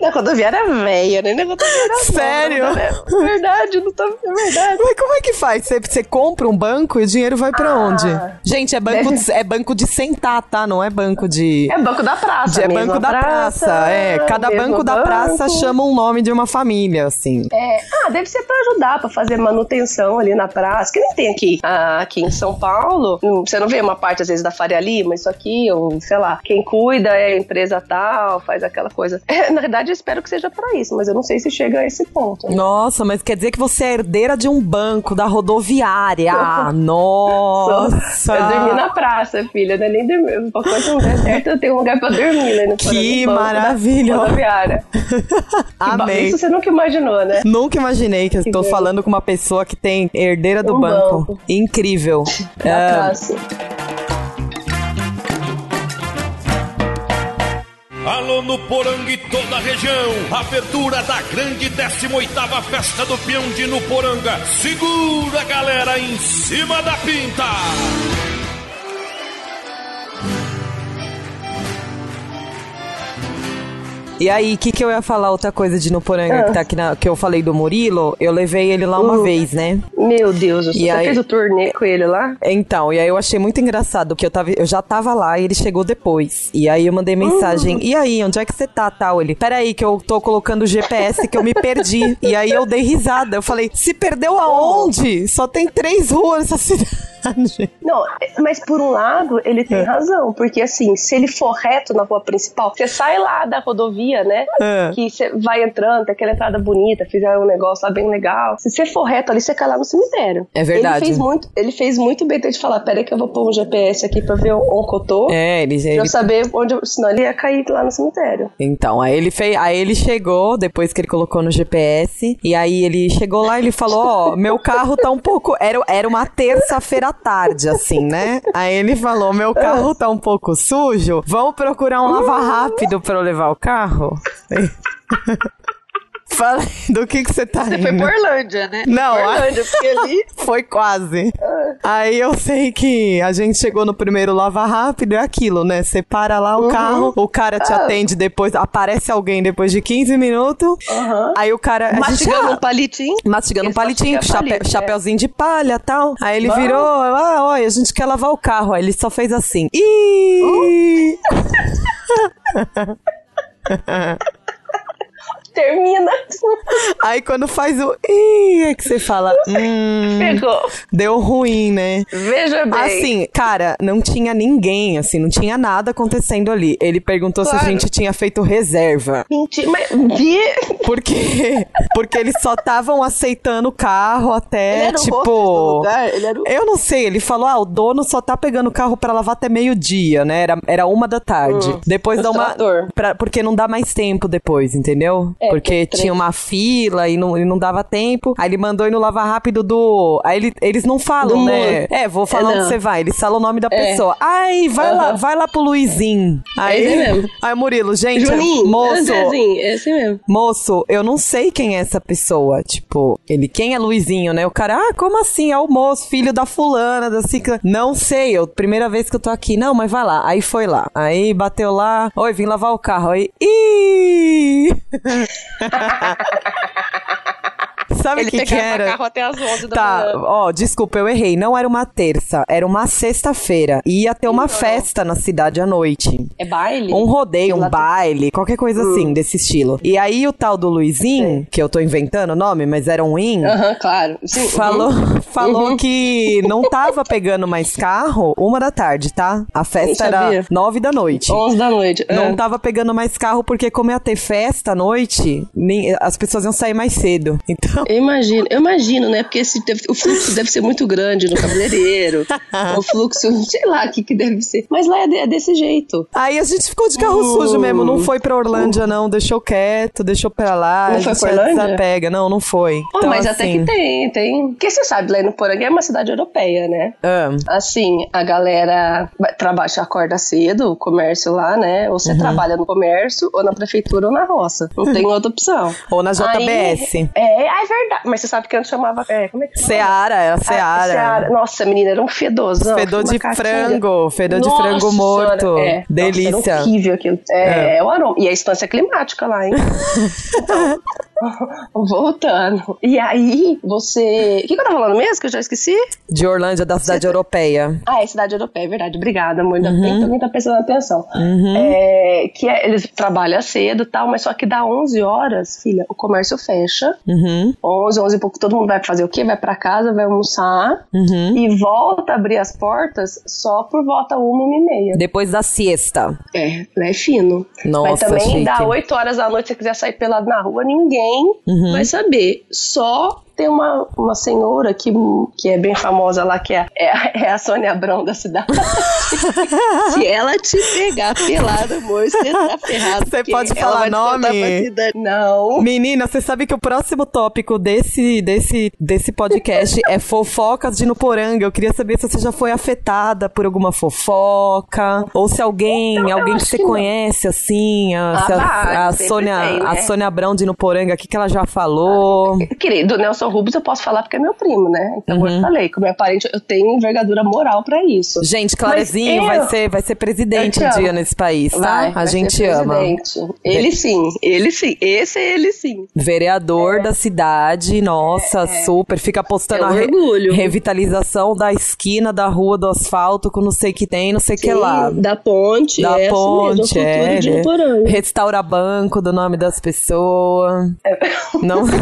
[SPEAKER 1] na rodoviária é velha, né? Na rodoviária nova,
[SPEAKER 2] Sério?
[SPEAKER 1] na rodoviária- Verdade, não tô. É verdade.
[SPEAKER 2] Mas como é que faz? Você, você compra um banco e o dinheiro vai pra
[SPEAKER 1] Ah.
[SPEAKER 2] onde? Gente, é banco, de, é banco de sentar, tá? Não é banco de.
[SPEAKER 1] É banco da praça,
[SPEAKER 2] É
[SPEAKER 1] mesma
[SPEAKER 2] banco da praça, é. Cada
[SPEAKER 1] mesmo
[SPEAKER 2] banco da praça chama um nome de uma família, assim.
[SPEAKER 1] É, ah, deve ser pra ajudar, pra fazer manutenção ali na praça, que nem tem aqui. Ah, aqui em São Paulo, hum, você não vê uma parte, às vezes, da Faria Lima, isso aqui, ou sei lá, quem cuida é a empresa tal, faz aquela coisa. É, na verdade, eu espero que seja pra isso, mas eu não sei se chega a esse ponto.
[SPEAKER 2] Nossa, mas quer dizer que você é herdeira de um banco da <laughs> rodoviária. Ah, Nossa!
[SPEAKER 1] Eu dormi
[SPEAKER 2] <laughs>
[SPEAKER 1] na praça, filha, não é nem dormir. Pra coisa não der certo, eu tenho um lugar pra dormir, né? no
[SPEAKER 2] Que
[SPEAKER 1] banco da
[SPEAKER 2] maravilha.
[SPEAKER 1] rodoviária. Que ba-
[SPEAKER 2] Amei.
[SPEAKER 1] Isso você nunca imaginou, né?
[SPEAKER 2] Nunca imaginei que eu tô
[SPEAKER 1] bem.
[SPEAKER 2] falando com uma pessoa que tem herdeira do
[SPEAKER 1] Um
[SPEAKER 2] banco.
[SPEAKER 1] banco.
[SPEAKER 2] <laughs> Incrível.
[SPEAKER 1] Na
[SPEAKER 2] É,
[SPEAKER 1] praça.
[SPEAKER 5] Alô no Poranga e toda a região. Abertura da grande 18ª Festa do Peão de Nuporanga. Segura, galera, em cima da pinta.
[SPEAKER 2] E aí, o que, que eu ia falar? Outra coisa de Nuporanga que, tá aqui na- que eu falei do Murilo, eu levei ele lá uma vez, né?
[SPEAKER 1] Meu Deus,
[SPEAKER 2] E
[SPEAKER 1] você
[SPEAKER 2] aí-
[SPEAKER 1] fez o turnê com ele lá?
[SPEAKER 2] Então, e aí eu achei muito engraçado que eu, tava, eu já tava lá e ele chegou depois. E aí eu mandei mensagem: E aí, onde é que você tá, tal? Ele: Peraí, que eu tô colocando o GPS que eu me perdi. <laughs> e aí eu dei risada. Eu falei: Se perdeu aonde? Só tem três ruas nessa cidade.
[SPEAKER 1] Não, é, mas por
[SPEAKER 2] É.
[SPEAKER 1] um lado, ele tem razão, porque assim, se ele for reto na rua principal, você sai lá da rodovia padaria, né?
[SPEAKER 2] É.
[SPEAKER 1] Que você vai entrando, tem aquela entrada bonita, fizeram um negócio lá bem legal. Se você for reto ali, você cai lá no cemitério.
[SPEAKER 2] É verdade.
[SPEAKER 1] Ele fez muito, ele fez muito bem ter de falar, peraí que eu vou pôr um GPS aqui pra ver onde que eu tô.
[SPEAKER 2] É, ele,
[SPEAKER 1] Pra eu
[SPEAKER 2] ele-
[SPEAKER 1] saber onde eu, senão ele ia cair lá no cemitério.
[SPEAKER 2] Então, aí ele fez, aí ele chegou depois que ele colocou no GPS, e aí ele chegou lá e ele falou: "Ó, meu carro tá um pouco, era, era uma terça-feira à tarde assim, né? Aí ele falou: "Meu carro tá um pouco sujo, vamos procurar um lava rápido pra eu levar o carro?" <laughs> Fala, do que que você tá
[SPEAKER 6] Você
[SPEAKER 2] rindo?
[SPEAKER 6] foi pra Orlândia, né?
[SPEAKER 2] Não, a-
[SPEAKER 1] Orlândia, porque ali
[SPEAKER 2] foi quase. Aí eu sei que a gente chegou no primeiro lava rápido, é aquilo, né? Você para lá o carro, o cara te atende depois, aparece alguém depois de 15 minutos. Aí o cara. <laughs> a gente,
[SPEAKER 6] Mastigando
[SPEAKER 2] ah,
[SPEAKER 6] um palitinho.
[SPEAKER 2] Mastigando um
[SPEAKER 6] Ele
[SPEAKER 2] palitinho,
[SPEAKER 6] mastiga
[SPEAKER 2] chape,
[SPEAKER 6] palito, é.
[SPEAKER 2] chapeuzinho de palha e tal. Aí ele virou, ah, olha, a gente quer lavar o carro. Aí ele só fez assim. Ih!
[SPEAKER 1] termina. <laughs>
[SPEAKER 2] Aí quando faz o ih, é que você fala, hum,
[SPEAKER 1] Pegou.
[SPEAKER 2] deu ruim, né?
[SPEAKER 1] Veja bem.
[SPEAKER 2] Assim, cara, não tinha ninguém, assim, não tinha nada acontecendo ali. Ele perguntou se a
[SPEAKER 1] Claro.
[SPEAKER 2] gente tinha feito reserva.
[SPEAKER 1] Mentira, mas vi.
[SPEAKER 2] Por quê? Porque eles só estavam aceitando o carro até,
[SPEAKER 6] Ele era o
[SPEAKER 2] tipo.
[SPEAKER 6] host do lugar, ele era o-
[SPEAKER 2] Eu não sei, ele falou: ah, o dono só tá pegando o carro pra lavar até meio-dia, né? Era, era uma da tarde. Depois dá uma.
[SPEAKER 1] frustrador.
[SPEAKER 2] pra- porque não dá mais tempo depois, entendeu?
[SPEAKER 1] É,
[SPEAKER 2] porque
[SPEAKER 1] tem três.
[SPEAKER 2] tinha uma fila e não, e não dava tempo. Aí ele mandou ir no lavar rápido do. Aí ele- eles não falam,
[SPEAKER 1] Do
[SPEAKER 2] né?
[SPEAKER 1] mu-
[SPEAKER 2] É, vou falar
[SPEAKER 1] É,
[SPEAKER 2] onde
[SPEAKER 1] não.
[SPEAKER 2] você vai. Eles falam o nome da pessoa. Ai, vai lá, vai lá pro Luizinho. Aí,
[SPEAKER 1] ele mesmo.
[SPEAKER 2] aí Murilo, gente,
[SPEAKER 1] Juninho,
[SPEAKER 2] moço.
[SPEAKER 1] É assim, é assim mesmo.
[SPEAKER 2] Moço, eu não sei quem é essa pessoa. Tipo, ele, quem é Luizinho, né? O cara, ah, como assim? É o moço, filho da fulana, da cicla. Não sei, eu, primeira vez que eu tô aqui. Não, mas vai lá. Aí foi lá. Aí bateu lá. Oi, vim lavar o carro. Aí, ih! <laughs> Sabe o
[SPEAKER 6] Ele
[SPEAKER 2] que, que
[SPEAKER 6] pegava
[SPEAKER 2] era?
[SPEAKER 6] carro até as 11 da
[SPEAKER 2] Tá,
[SPEAKER 6] manhã.
[SPEAKER 2] ó, desculpa, eu errei. Não era uma terça, era uma sexta-feira. E Ia ter uma festa na cidade à noite.
[SPEAKER 1] É baile?
[SPEAKER 2] Um rodeio, um baile, qualquer coisa
[SPEAKER 1] Uh.
[SPEAKER 2] assim, desse estilo. E aí o tal do Luizinho, que eu tô inventando o nome, mas era um in,
[SPEAKER 1] Aham, Uhum. claro. Sim, uhum.
[SPEAKER 2] falou, falou que não tava pegando mais carro uma da tarde, tá? A festa
[SPEAKER 1] Eu sabia.
[SPEAKER 2] era nove da noite.
[SPEAKER 1] 11 da noite.
[SPEAKER 2] Não
[SPEAKER 1] Ah.
[SPEAKER 2] tava pegando mais carro porque, como ia ter festa à noite, nem- as pessoas iam sair mais cedo. <laughs> Então,
[SPEAKER 1] Eu imagino, eu imagino, né? Porque esse deve- o fluxo deve ser muito grande no
[SPEAKER 2] <laughs>
[SPEAKER 1] cabeleireiro. o fluxo, sei lá o que, que deve ser. Mas lá é, de- é desse jeito.
[SPEAKER 2] aí a gente ficou de carro
[SPEAKER 1] Uh.
[SPEAKER 2] sujo mesmo. Não foi pra Orlândia, não. Deixou quieto, deixou pra lá.
[SPEAKER 1] Não
[SPEAKER 2] a
[SPEAKER 1] foi
[SPEAKER 2] gente
[SPEAKER 1] pra Orlândia?
[SPEAKER 2] Desapega. Não, não foi.
[SPEAKER 1] Pô,
[SPEAKER 2] Então,
[SPEAKER 1] mas até
[SPEAKER 2] assim,
[SPEAKER 1] que tem, tem. Porque você sabe, lá no Poranga é uma cidade europeia, né?
[SPEAKER 2] ah.
[SPEAKER 1] Assim, a galera vai- trabalha, acorda cedo, o comércio lá, né? Ou você
[SPEAKER 2] Uhum.
[SPEAKER 1] trabalha no comércio, ou na prefeitura, ou na roça. Não tem outra opção.
[SPEAKER 2] Ou na JBS.
[SPEAKER 1] Aí- é, é verdade. Mas você sabe que antes chamava. É, como é que chamava?
[SPEAKER 2] Seara, era
[SPEAKER 1] Ah, Seara.
[SPEAKER 2] Seara.
[SPEAKER 1] Nossa, menina, era um fedozão.
[SPEAKER 2] Fedor
[SPEAKER 1] uma
[SPEAKER 2] de
[SPEAKER 1] caquinha.
[SPEAKER 2] frango, fedor de
[SPEAKER 1] Nossa
[SPEAKER 2] frango
[SPEAKER 1] senhora,
[SPEAKER 2] morto.
[SPEAKER 1] é. Nossa,
[SPEAKER 2] Delícia.
[SPEAKER 1] era horrível aquilo. É, é o aroma. E a instância climática lá,
[SPEAKER 2] <laughs>
[SPEAKER 1] hein? Então, voltando. E aí, você. O que, que eu tava falando mesmo? Que eu já esqueci?
[SPEAKER 2] de Orlândia, da cidade europeia.
[SPEAKER 1] Ah, é cidade europeia, é verdade. Obrigada, amor. Ainda bem que alguém tá prestando atenção. É, que é- eles trabalham cedo e tal, mas só que dá 11 horas, filha, o comércio fecha. 11, 11 e pouco, todo mundo vai fazer o quê? Vai pra casa, vai almoçar e volta a abrir as portas só por volta uma, uma e meia.
[SPEAKER 2] Depois da siesta.
[SPEAKER 1] É, né? É fino.
[SPEAKER 2] Nossa,
[SPEAKER 1] Mas também
[SPEAKER 2] chique.
[SPEAKER 1] dá 8 horas da noite, se você quiser sair pelado na rua, ninguém
[SPEAKER 2] Uhum.
[SPEAKER 1] vai saber. Só tem uma, uma senhora que, que é bem famosa lá, que é, é, a- é a Sônia Abrão da cidade.
[SPEAKER 2] <laughs>
[SPEAKER 6] Se ela te pegar pelada, amor, você tá ferrado.
[SPEAKER 2] Você
[SPEAKER 6] porque
[SPEAKER 2] pode
[SPEAKER 6] ela
[SPEAKER 2] falar
[SPEAKER 6] vai te contar
[SPEAKER 2] nome?
[SPEAKER 6] pra cidade.
[SPEAKER 1] Não.
[SPEAKER 2] Menina, você sabe que o próximo tópico desse, desse, desse podcast é fofocas de Nuporanga. Eu queria saber se você já foi afetada por alguma fofoca. Ou se alguém, alguém que
[SPEAKER 1] Então, acho
[SPEAKER 2] você
[SPEAKER 1] que não.
[SPEAKER 2] conhece, assim, a,
[SPEAKER 1] Ah,
[SPEAKER 2] se a-
[SPEAKER 1] vai,
[SPEAKER 2] a
[SPEAKER 1] sempre
[SPEAKER 2] Sônia,
[SPEAKER 1] tem, né? Ah,
[SPEAKER 2] a Sônia Abrão de Nuporanga, o que, que ela já falou?
[SPEAKER 1] Querido, Nelson Rubens eu posso falar porque é meu primo, né? Então eu
[SPEAKER 2] Uhum.
[SPEAKER 1] já falei, como é parente, eu tenho envergadura moral pra isso.
[SPEAKER 2] Gente,
[SPEAKER 1] Mas
[SPEAKER 2] Clarezinho
[SPEAKER 1] eu-
[SPEAKER 2] vai ser, vai ser presidente
[SPEAKER 1] Eu
[SPEAKER 2] um
[SPEAKER 1] te
[SPEAKER 2] dia
[SPEAKER 1] amo.
[SPEAKER 2] nesse país, tá?
[SPEAKER 1] Vai,
[SPEAKER 2] a
[SPEAKER 1] vai ser
[SPEAKER 2] gente ama.
[SPEAKER 1] presidente. Ele sim, ele sim. Esse é ele sim.
[SPEAKER 2] Vereador da cidade, nossa, super. Fica postando
[SPEAKER 1] É um
[SPEAKER 2] a re-
[SPEAKER 1] orgulho.
[SPEAKER 2] revitalização da esquina da rua do asfalto, com não sei que tem, não sei o que
[SPEAKER 1] Sim,
[SPEAKER 2] lá.
[SPEAKER 1] Da ponte,
[SPEAKER 2] Da
[SPEAKER 1] é assim mesmo, o
[SPEAKER 2] ponte,
[SPEAKER 1] futuro
[SPEAKER 2] é,
[SPEAKER 1] de um
[SPEAKER 2] né?
[SPEAKER 1] Uporanga. <laughs>
[SPEAKER 2] é Restaura banco do nome das pessoas. Não, não <laughs>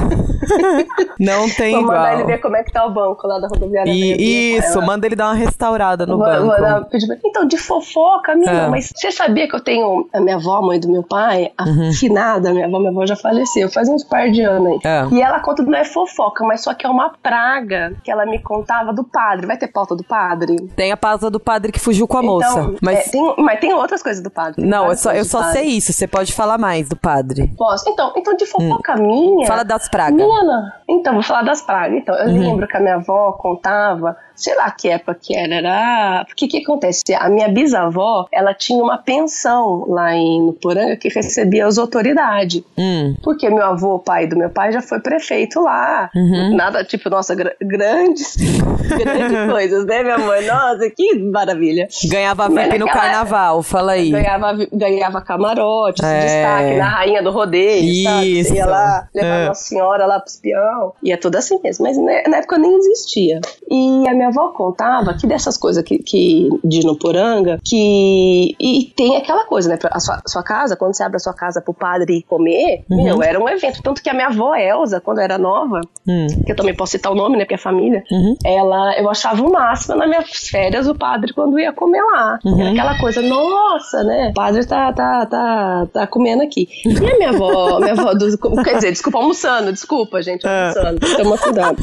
[SPEAKER 2] Não tem
[SPEAKER 1] Vou mandar ele
[SPEAKER 2] igual.
[SPEAKER 1] ver como é que tá o banco lá da rodoviária. Bahia
[SPEAKER 2] E,
[SPEAKER 1] Verde com
[SPEAKER 2] isso,
[SPEAKER 1] ela.
[SPEAKER 2] manda ele dar uma restaurada no
[SPEAKER 1] Vou- vou dar-
[SPEAKER 2] banco.
[SPEAKER 1] pedir pra- Então, de fofoca, minha,
[SPEAKER 2] É.
[SPEAKER 1] mas você sabia que eu tenho a minha avó, mãe do meu pai,
[SPEAKER 2] Uhum.
[SPEAKER 1] afinada, minha avó, minha avó já faleceu, faz uns par de anos aí.
[SPEAKER 2] É.
[SPEAKER 1] E ela conta, não é fofoca, mas só que é uma praga que ela me contava do padre. Vai ter pauta do padre?
[SPEAKER 2] Tem a pausa do padre que fugiu com a
[SPEAKER 1] Então,
[SPEAKER 2] moça.
[SPEAKER 1] é,
[SPEAKER 2] Mas.
[SPEAKER 1] tem, mas tem outras coisas do padre. tem
[SPEAKER 2] Não, eu
[SPEAKER 1] várias
[SPEAKER 2] só, eu
[SPEAKER 1] coisas do
[SPEAKER 2] só
[SPEAKER 1] padre.
[SPEAKER 2] sei isso. Você pode falar mais do padre.
[SPEAKER 1] Posso? Então, então de fofoca minha.
[SPEAKER 2] Hum. Fala Uhum. das pragas.
[SPEAKER 1] Minha, não. Então, vou falar das pragas. Então, eu lembro que a minha avó contava, sei lá que época que era, era... Porque o que acontece? A minha bisavó, ela tinha uma pensão lá em no Poranga que recebia as autoridades.
[SPEAKER 2] Hum.
[SPEAKER 1] Porque meu avô, pai do meu pai, já foi prefeito lá.
[SPEAKER 2] Uhum.
[SPEAKER 1] Nada, tipo, nossa, gra- grandes, <laughs>
[SPEAKER 2] <laughs>
[SPEAKER 1] grandes coisas, né, meu amor? Nossa, que maravilha.
[SPEAKER 2] Ganhava
[SPEAKER 1] Mas
[SPEAKER 2] VIP no
[SPEAKER 1] naquela-
[SPEAKER 2] carnaval, fala aí.
[SPEAKER 1] Ganhava, ganhava camarote, assim,
[SPEAKER 2] É.
[SPEAKER 1] destaque na rainha do rodeio,
[SPEAKER 2] Isso.
[SPEAKER 1] sabe? Ia lá, levava
[SPEAKER 2] É.
[SPEAKER 1] uma senhora lá pro espião. E é tudo assim mesmo. Mas né, na época nem existia. E a minha avó contava que dessas coisas que, que de no Poranga, que. E tem aquela coisa, né? pra- A sua, sua casa, quando você abre a sua casa pro padre comer,
[SPEAKER 2] Uhum.
[SPEAKER 1] meu, era um evento. Tanto que a minha avó Elza, quando era nova,
[SPEAKER 2] Hum.
[SPEAKER 1] que eu também posso citar o nome, né? Porque é família.
[SPEAKER 2] Uhum.
[SPEAKER 1] Ela, eu achava o máximo nas minhas férias o padre quando ia comer lá.
[SPEAKER 2] Uhum.
[SPEAKER 1] Era aquela coisa, nossa, né? O padre tá, tá, tá, tá comendo aqui. E a minha
[SPEAKER 2] <laughs>
[SPEAKER 1] avó, minha avó dos. Quer dizer, desculpa, almoçando, desculpa, gente,
[SPEAKER 2] Ah.
[SPEAKER 1] almoçando. Toma cuidado.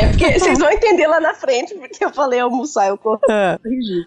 [SPEAKER 1] É porque vocês vão entender lá na frente, porque eu falei almoçar, eu corri.
[SPEAKER 2] É.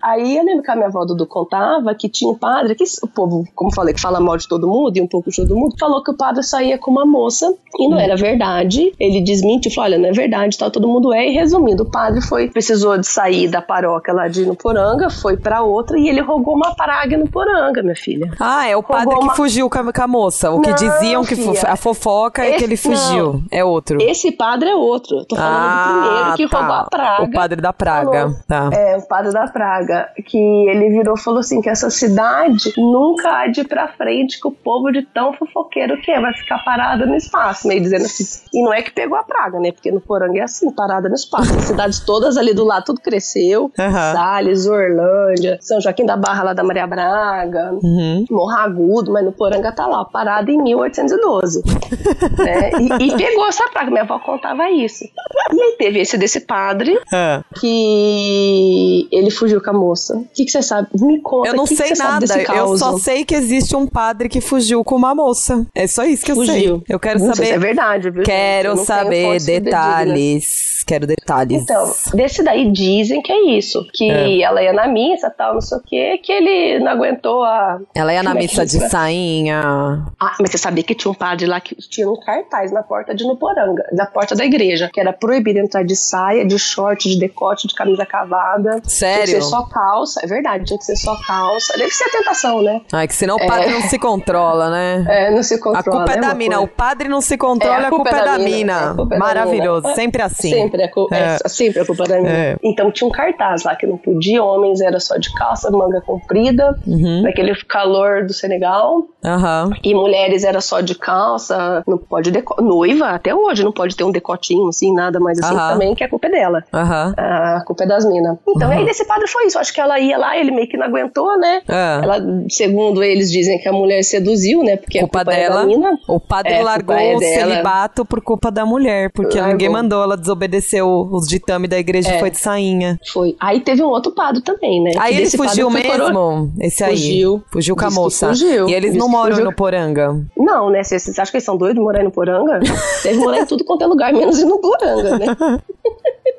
[SPEAKER 1] Aí eu lembro que a minha avó Dudu contava que tinha um padre, que o povo, como falei, que fala mal de todo mundo e um pouco de todo mundo, falou que o padre saía com uma moça e
[SPEAKER 2] Uhum.
[SPEAKER 1] não era verdade. Ele desmente e falou: olha, não é verdade, tal, todo mundo é. E resumindo, o padre foi, precisou de sair da paróquia lá de Nuporanga, foi pra outra e ele rogou uma praga no Poranga, minha filha.
[SPEAKER 2] Ah, é o padre
[SPEAKER 1] Rogou
[SPEAKER 2] que
[SPEAKER 1] uma-
[SPEAKER 2] fugiu com a, com a moça. O que
[SPEAKER 1] Não,
[SPEAKER 2] diziam que fo-
[SPEAKER 1] filha.
[SPEAKER 2] a fofoca é que
[SPEAKER 1] Esse-
[SPEAKER 2] ele fugiu. É outro.
[SPEAKER 1] Esse padre é outro. Eu Tô falando do primeiro que
[SPEAKER 2] tá.
[SPEAKER 1] roubou a praga.
[SPEAKER 2] O padre da praga.
[SPEAKER 1] Falou.
[SPEAKER 2] Tá.
[SPEAKER 1] É, o padre da praga, que ele virou e falou assim, que essa cidade nunca há de ir pra frente, que o povo de tão fofoqueiro que é, vai ficar parada no espaço, meio dizendo assim. E não é que pegou a praga, né? Porque no Poranga é assim, parada no espaço. As cidades todas ali do lado, tudo cresceu.
[SPEAKER 2] Aham.
[SPEAKER 1] Salles, Orlândia, São Joaquim da Barra lá da Maria Braga,
[SPEAKER 2] Uhum.
[SPEAKER 1] Morragudo, mas no Poranga tá lá, parada em 1812.
[SPEAKER 2] <laughs>
[SPEAKER 1] né? e, e pegou essa praga, minha avó contava isso. E aí teve esse desse padre,
[SPEAKER 2] Ah,
[SPEAKER 1] que ele fugiu com a moça. O que que você sabe? Me conta.
[SPEAKER 2] Eu não
[SPEAKER 1] o que
[SPEAKER 2] sei
[SPEAKER 1] que você sabe
[SPEAKER 2] nada.
[SPEAKER 1] desse
[SPEAKER 2] eu
[SPEAKER 1] caos?
[SPEAKER 2] só sei que existe um padre que fugiu com uma moça. É só isso que eu
[SPEAKER 1] Fugiu.
[SPEAKER 2] sei. Eu quero
[SPEAKER 1] Não sei
[SPEAKER 2] saber.
[SPEAKER 1] se é verdade, viu? gente? Eu
[SPEAKER 2] Quero
[SPEAKER 1] não tenho
[SPEAKER 2] saber
[SPEAKER 1] fontes fidedignas.
[SPEAKER 2] detalhes. Quero detalhes.
[SPEAKER 1] né? Então, desse daí dizem que é isso. Que
[SPEAKER 2] É.
[SPEAKER 1] ela ia na missa tal, não sei o quê, que ele não aguentou a.
[SPEAKER 2] Ela ia na
[SPEAKER 1] Como é que
[SPEAKER 2] missa de
[SPEAKER 1] isso é?
[SPEAKER 2] sainha.
[SPEAKER 1] Ah, mas você sabia que tinha um padre lá que tinha um cartaz na porta de Nuporanga, da porta da igreja, que era proibido entrar de saia, de short, de decote, de camisa cavada.
[SPEAKER 2] Sério?
[SPEAKER 1] Tinha que ser só calça, é verdade, tinha que ser só calça. Deve ser a tentação, né?
[SPEAKER 2] Ai, que senão o
[SPEAKER 1] É.
[SPEAKER 2] padre não se controla, né?
[SPEAKER 1] É, não se controla.
[SPEAKER 2] A culpa é
[SPEAKER 1] né,
[SPEAKER 2] da
[SPEAKER 1] uma
[SPEAKER 2] mina.
[SPEAKER 1] coisa.
[SPEAKER 2] O padre não se controla, a, culpa é da, mina.
[SPEAKER 1] é, a culpa é da
[SPEAKER 2] Maravilhoso.
[SPEAKER 1] mina.
[SPEAKER 2] Sempre assim.
[SPEAKER 1] Sempre, a culpa, é. sempre a culpa da mina.
[SPEAKER 2] É.
[SPEAKER 1] Então tinha um cartaz lá que não podia, homens era só de calça, manga comprida,
[SPEAKER 2] Uhum.
[SPEAKER 1] naquele calor do Senegal.
[SPEAKER 2] Aham.
[SPEAKER 1] E mulheres era só de calça, não pode deco noiva até hoje, não pode ter um decotinho assim, nada mais assim
[SPEAKER 2] Aham.
[SPEAKER 1] também, que a culpa é dela.
[SPEAKER 2] Aham.
[SPEAKER 1] A culpa é das minas. Então,
[SPEAKER 2] Uhum.
[SPEAKER 1] aí desse padre foi isso. Acho que ela ia lá, ele meio que não aguentou, né?
[SPEAKER 2] Ah.
[SPEAKER 1] Ela, segundo eles, dizem que a mulher seduziu, né? Porque
[SPEAKER 2] Culpa,
[SPEAKER 1] a culpa é
[SPEAKER 2] dela.
[SPEAKER 1] da mina.
[SPEAKER 2] O padre
[SPEAKER 1] É, culpa
[SPEAKER 2] largou
[SPEAKER 1] é
[SPEAKER 2] o
[SPEAKER 1] dela.
[SPEAKER 2] celibato por culpa da mulher, porque
[SPEAKER 1] Largou.
[SPEAKER 2] ninguém mandou, ela desobedeceu os ditames da igreja e
[SPEAKER 1] É.
[SPEAKER 2] foi de sainha.
[SPEAKER 1] Foi. Aí teve um outro padre também, né?
[SPEAKER 2] Aí
[SPEAKER 1] Que
[SPEAKER 2] ele
[SPEAKER 1] desse
[SPEAKER 2] fugiu
[SPEAKER 1] padre foi
[SPEAKER 2] mesmo?
[SPEAKER 1] coro-
[SPEAKER 2] Esse aí.
[SPEAKER 1] Fugiu.
[SPEAKER 2] Fugiu com a
[SPEAKER 1] Diz que
[SPEAKER 2] moça.
[SPEAKER 1] fugiu.
[SPEAKER 2] E eles
[SPEAKER 1] Diz
[SPEAKER 2] não
[SPEAKER 1] que
[SPEAKER 2] moram
[SPEAKER 1] fugiu.
[SPEAKER 2] no Poranga.
[SPEAKER 1] Não, né? Vocês vocês acham que eles são doidos morar no
[SPEAKER 2] <laughs>
[SPEAKER 1] Poranga? Deve morar em tudo quanto é lugar, menos em no Poranga, né?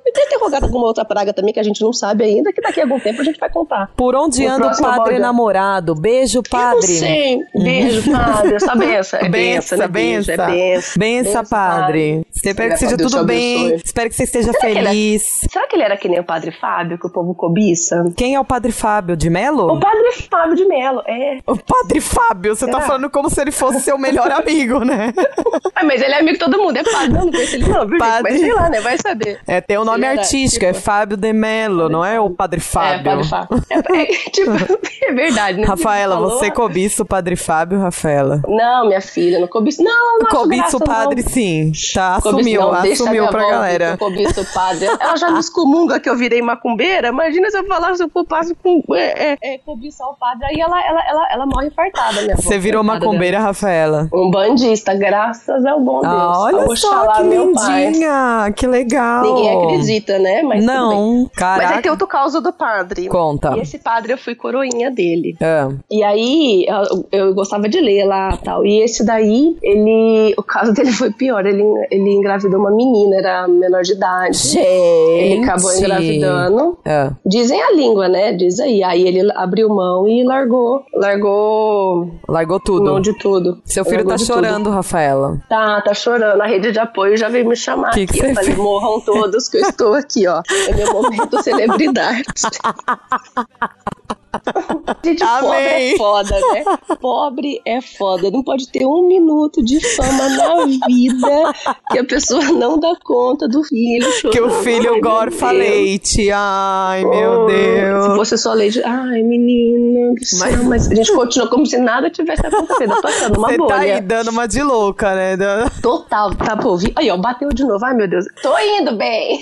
[SPEAKER 1] E Deve ter rogado alguma outra praga também que a gente não sabe ainda, que daqui a algum tempo a gente vai contar.
[SPEAKER 2] Por onde
[SPEAKER 1] No
[SPEAKER 2] anda o
[SPEAKER 1] próximo
[SPEAKER 2] padre
[SPEAKER 1] balde.
[SPEAKER 2] namorado? Beijo,
[SPEAKER 1] Eu não
[SPEAKER 2] padre.
[SPEAKER 1] sei. Beijo, padre.
[SPEAKER 2] <laughs>
[SPEAKER 1] Só benção. É benção, né?
[SPEAKER 2] Bença,
[SPEAKER 1] Beijo,
[SPEAKER 2] bença.
[SPEAKER 1] é benção.
[SPEAKER 2] Bença, padre. Espero que
[SPEAKER 1] Obrigada,
[SPEAKER 2] seja
[SPEAKER 1] Deus te
[SPEAKER 2] tudo bem.
[SPEAKER 1] abençoe.
[SPEAKER 2] Espero que você esteja
[SPEAKER 1] que ele é-
[SPEAKER 2] feliz.
[SPEAKER 1] Será que ele era que nem o padre Fábio, que o povo cobiça?
[SPEAKER 2] Quem é o padre Fábio? De
[SPEAKER 1] O
[SPEAKER 2] Melo?
[SPEAKER 1] padre Fábio de Melo, é.
[SPEAKER 2] O padre Fábio, você tá
[SPEAKER 1] Será?
[SPEAKER 2] falando como se ele fosse
[SPEAKER 1] <laughs>
[SPEAKER 2] seu melhor amigo, né?
[SPEAKER 1] Ah, mas ele é amigo de todo mundo, é padre. Não, não conheço ele não, viu, gente?
[SPEAKER 2] Padre.
[SPEAKER 1] Mas sei lá, né? Vai saber.
[SPEAKER 2] É, tem o nome
[SPEAKER 1] Ele é
[SPEAKER 2] artística, é Fábio de Mello, não é o Padre
[SPEAKER 1] É,
[SPEAKER 2] <laughs> Fábio.
[SPEAKER 1] pode falar. É, é, <laughs> tipo, é verdade, né?
[SPEAKER 2] Rafaela,
[SPEAKER 1] Falou-
[SPEAKER 2] você cobiça o Padre Fábio, Rafaela?
[SPEAKER 1] Não, minha filha, não cobiço. Não, não acho
[SPEAKER 2] Cobiça
[SPEAKER 1] graça,
[SPEAKER 2] o padre,
[SPEAKER 1] não.
[SPEAKER 2] sim. Tá,
[SPEAKER 1] Cobiço
[SPEAKER 2] assumiu,
[SPEAKER 1] não, deixa
[SPEAKER 2] assumiu
[SPEAKER 1] minha
[SPEAKER 2] pra
[SPEAKER 1] avó
[SPEAKER 2] galera.
[SPEAKER 1] que eu cobiço o
[SPEAKER 2] <laughs>
[SPEAKER 1] padre. Ela já me excomunga que eu virei macumbeira. Imagina se eu falasse, eu culpasse com é, é, é, cobiçar o padre. Aí ela, ela, ela, ela morre infartada, minha avó.
[SPEAKER 2] Você virou
[SPEAKER 1] coitada dela.
[SPEAKER 2] macumbeira, Rafaela.
[SPEAKER 1] Um bandista, graças ao bom Oh, Deus.
[SPEAKER 2] Ah, olha só
[SPEAKER 1] Oxalá,
[SPEAKER 2] que
[SPEAKER 1] meu pai.
[SPEAKER 2] lindinha, que legal.
[SPEAKER 1] Ninguém acredita, né? Mas tudo bem.
[SPEAKER 2] Não, caraca.
[SPEAKER 1] Mas aí tem outro caso do padre.
[SPEAKER 2] Conta.
[SPEAKER 1] E esse padre, eu fui coroinha dele.
[SPEAKER 2] Ah,
[SPEAKER 1] E aí, eu, eu gostava de ler lá tal. E esse daí, ele. O caso dele foi pior. Ele, ele engravidou uma menina, era menor de idade.
[SPEAKER 2] Gente.
[SPEAKER 1] Ele acabou engravidando.
[SPEAKER 2] Ah.
[SPEAKER 1] Dizem a língua, né? Diz aí. Aí ele abriu mão e largou. Largou
[SPEAKER 2] Largou
[SPEAKER 1] mão
[SPEAKER 2] tudo.
[SPEAKER 1] de tudo.
[SPEAKER 2] Seu filho
[SPEAKER 1] Largou
[SPEAKER 2] tá
[SPEAKER 1] de tudo.
[SPEAKER 2] chorando, Rafaela.
[SPEAKER 1] Tá, tá chorando. A rede de apoio já veio me chamar
[SPEAKER 2] Que
[SPEAKER 1] aqui.
[SPEAKER 2] que você
[SPEAKER 1] eu falei,
[SPEAKER 2] fez?
[SPEAKER 1] morram todos que eu estou aqui, ó. É meu momento
[SPEAKER 2] <laughs>
[SPEAKER 1] celebridade. Gente, pobre
[SPEAKER 2] Amei.
[SPEAKER 1] é foda, né? Pobre é foda. Não pode ter um minuto de fama na vida que a pessoa não dá conta do filho. Chorando.
[SPEAKER 2] Que o
[SPEAKER 1] Ai,
[SPEAKER 2] filho
[SPEAKER 1] meu
[SPEAKER 2] gorfa
[SPEAKER 1] Deus.
[SPEAKER 2] leite. Ai, meu
[SPEAKER 1] Se
[SPEAKER 2] Deus.
[SPEAKER 1] fosse só leite. Ai, menina. do céu, Mas... a gente continua como se nada tivesse acontecido. Passando uma
[SPEAKER 2] Você
[SPEAKER 1] bolha.
[SPEAKER 2] tá aí dando uma de louca, né?
[SPEAKER 1] Total, tá pra ouvir. Aí, ó, bateu de novo. Ai, meu Deus. Tô indo bem.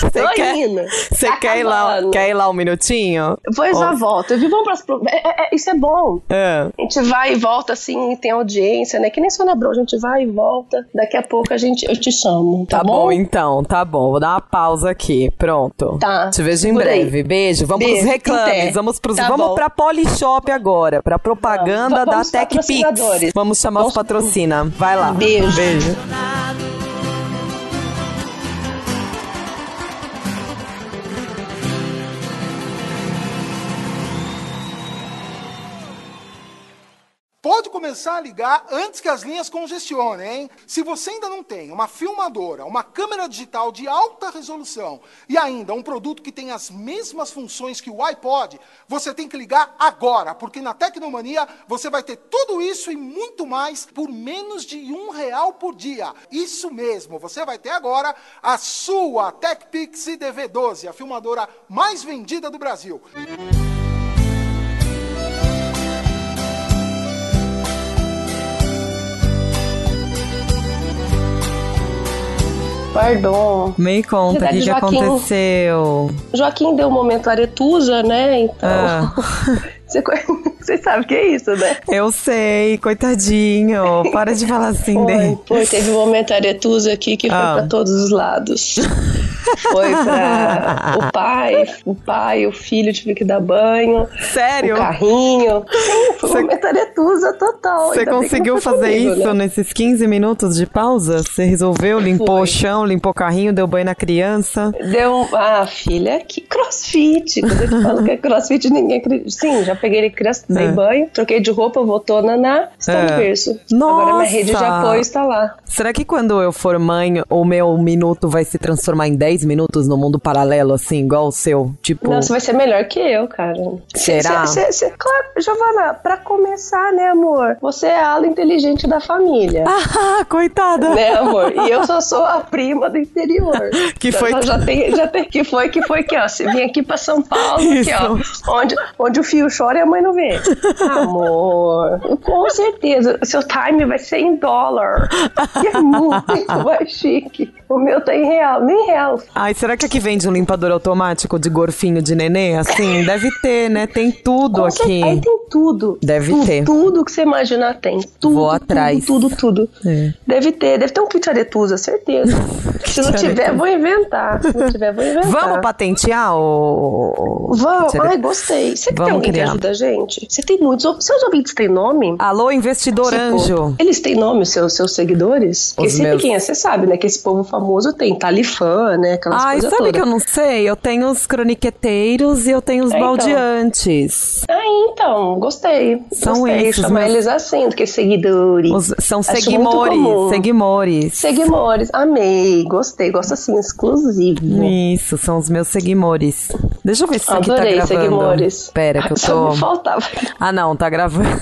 [SPEAKER 1] Tô
[SPEAKER 2] quer-
[SPEAKER 1] indo.
[SPEAKER 2] Você
[SPEAKER 1] Tá
[SPEAKER 2] quer, ir lá,
[SPEAKER 1] acabando.
[SPEAKER 2] quer ir lá um minutinho?
[SPEAKER 1] Pois já
[SPEAKER 2] Ó.
[SPEAKER 1] volta. Viu? Vamos pras. pro- é, é, é, isso é bom.
[SPEAKER 2] Ah.
[SPEAKER 1] A gente vai e volta assim, tem audiência, né? Que nem Sonabron, a gente vai e volta. Daqui a pouco a gente, eu te chamo, tá,
[SPEAKER 2] Tá bom? então, tá bom. Vou dar uma pausa aqui. Pronto.
[SPEAKER 1] Tá.
[SPEAKER 2] Te vejo em
[SPEAKER 1] Por aí.
[SPEAKER 2] breve. Beijo. Vamos
[SPEAKER 1] Beijo.
[SPEAKER 2] pros reclames.
[SPEAKER 1] Até.
[SPEAKER 2] Vamos pros.
[SPEAKER 1] Tá
[SPEAKER 2] vamos
[SPEAKER 1] bom.
[SPEAKER 2] pra Polishop agora, pra propaganda
[SPEAKER 1] Vamos.
[SPEAKER 2] da
[SPEAKER 1] Vamos
[SPEAKER 2] TechPix.
[SPEAKER 1] patrocinadores.
[SPEAKER 2] Vamos chamar os patrocina. Vai lá.
[SPEAKER 1] Beijo.
[SPEAKER 2] Beijo.
[SPEAKER 7] Pode começar a ligar antes que as linhas congestionem, hein? Se você ainda não tem uma filmadora, uma câmera digital de alta resolução e ainda um produto que tem as mesmas funções que o iPod, você tem que ligar agora, porque na Tecnomania você vai ter tudo isso e muito mais por menos de um real por dia. Isso mesmo, você vai ter agora a sua TechPix DV12, a filmadora mais vendida do Brasil.
[SPEAKER 1] Pardon.
[SPEAKER 2] Me conta o que,
[SPEAKER 1] Verdade,
[SPEAKER 2] que
[SPEAKER 1] Joaquim.
[SPEAKER 2] aconteceu.
[SPEAKER 1] Joaquim deu um momento aretusa, né? Então.
[SPEAKER 2] Ah.
[SPEAKER 1] <laughs> Você, co- você sabe o que é isso, né?
[SPEAKER 2] Eu sei, coitadinho. Para de falar assim
[SPEAKER 1] <laughs> Foi,
[SPEAKER 2] dele.
[SPEAKER 1] foi, teve um momento aretusa aqui que foi
[SPEAKER 2] Ah.
[SPEAKER 1] pra todos os
[SPEAKER 2] <laughs>
[SPEAKER 1] lados. Foi pra o pai, o pai, o filho, tive que dar banho,
[SPEAKER 2] Sério?
[SPEAKER 1] o carrinho. Sim, foi
[SPEAKER 2] Cê-
[SPEAKER 1] um momento aretusa total.
[SPEAKER 2] Você
[SPEAKER 1] Ainda bem que
[SPEAKER 2] conseguiu
[SPEAKER 1] não foi
[SPEAKER 2] fazer
[SPEAKER 1] comigo,
[SPEAKER 2] isso
[SPEAKER 1] né?
[SPEAKER 2] nesses 15 minutos de pausa? Você resolveu, limpou o
[SPEAKER 1] Foi.
[SPEAKER 2] chão, limpou o carrinho, deu banho na criança?
[SPEAKER 1] Deu. Ah, filha, que crossfit. Quando eu te falo que é crossfit, ninguém acredita. Sim, já peguei ele criança, dei
[SPEAKER 2] É.
[SPEAKER 1] banho, troquei de roupa, voltou na na, estou
[SPEAKER 2] É.
[SPEAKER 1] no berço. Agora
[SPEAKER 2] Nossa!
[SPEAKER 1] minha rede de apoio está lá.
[SPEAKER 2] Será que quando eu for mãe, o meu minuto vai se transformar em 10 minutos no mundo paralelo, assim, igual o seu? Tipo.
[SPEAKER 1] Nossa, vai ser melhor que eu, cara.
[SPEAKER 2] Será?
[SPEAKER 1] Cê, cê, cê, claro, Giovana, pra começar, né, amor? Você é a ala inteligente da família.
[SPEAKER 2] Ah, <laughs> coitada!
[SPEAKER 1] <laughs> Né, amor? E eu só sou a prima do interior.
[SPEAKER 2] <laughs> Que
[SPEAKER 1] Já-
[SPEAKER 2] foi-
[SPEAKER 1] Já, tem, já tem, que foi, que foi, que ó. Você vem aqui pra São Paulo,
[SPEAKER 2] Isso.
[SPEAKER 1] que, ó. Onde, onde o fio chora e a mãe não vê. Amor, com certeza. o Seu time vai ser em dólar. Que é muito
[SPEAKER 2] <laughs>
[SPEAKER 1] mais chique. O meu tá em real, nem real.
[SPEAKER 2] Ai, será que aqui vende um limpador automático de gorfinho de nenê? Assim, deve ter, né? Tem tudo
[SPEAKER 1] Com
[SPEAKER 2] aqui.
[SPEAKER 1] certeza. Aí tem tudo.
[SPEAKER 2] Deve
[SPEAKER 1] Tu-
[SPEAKER 2] ter.
[SPEAKER 1] Tudo que você imaginar tem. Tudo,
[SPEAKER 2] Vou atrás.
[SPEAKER 1] Tudo, tudo, tudo.
[SPEAKER 2] É.
[SPEAKER 1] Deve ter. Deve ter um kit aretusa,
[SPEAKER 2] <laughs>
[SPEAKER 1] certeza. Se não
[SPEAKER 2] Kit
[SPEAKER 1] tiver, vou inventar. Se não tiver, vou inventar.
[SPEAKER 2] Vamos patentear o.
[SPEAKER 1] Vamos. Ai, gostei. Você tem
[SPEAKER 2] Vamos
[SPEAKER 1] alguém
[SPEAKER 2] criar. Ah,
[SPEAKER 1] que ajuda a gente? Você tem muitos. ou- Seus ouvintes têm nome?
[SPEAKER 2] Alô, investidor
[SPEAKER 1] Esse
[SPEAKER 2] anjo.
[SPEAKER 1] povo. Eles têm nome, os seus, seus seguidores? Porque
[SPEAKER 2] Os
[SPEAKER 1] sempre
[SPEAKER 2] meus.
[SPEAKER 1] quem é, você sabe, né? Que esse povo famoso tem talifã, né? Aquelas
[SPEAKER 2] Ai,
[SPEAKER 1] coisas
[SPEAKER 2] sabe
[SPEAKER 1] todas.
[SPEAKER 2] que eu não sei? Eu tenho os croniqueteiros e eu tenho os
[SPEAKER 1] É, então.
[SPEAKER 2] baldeantes.
[SPEAKER 1] Ah, então, gostei.
[SPEAKER 2] São
[SPEAKER 1] gostei.
[SPEAKER 2] esses,
[SPEAKER 1] Chamar
[SPEAKER 2] mas-
[SPEAKER 1] eles assim, do que seguidores.
[SPEAKER 2] Os- são
[SPEAKER 1] Acho muito
[SPEAKER 2] seguimores.
[SPEAKER 1] comum.
[SPEAKER 2] Seguimores.
[SPEAKER 1] Seguimores, amei, gostei, gosto assim, exclusivo.
[SPEAKER 2] Isso, são os meus seguimores. Deixa eu ver se isso aqui tá
[SPEAKER 1] Adorei,
[SPEAKER 2] gravando.
[SPEAKER 1] seguimores.
[SPEAKER 2] Pera, que eu
[SPEAKER 1] <laughs> Só
[SPEAKER 2] tô.
[SPEAKER 1] me faltava.
[SPEAKER 2] Ah, não, tá gravando. <laughs>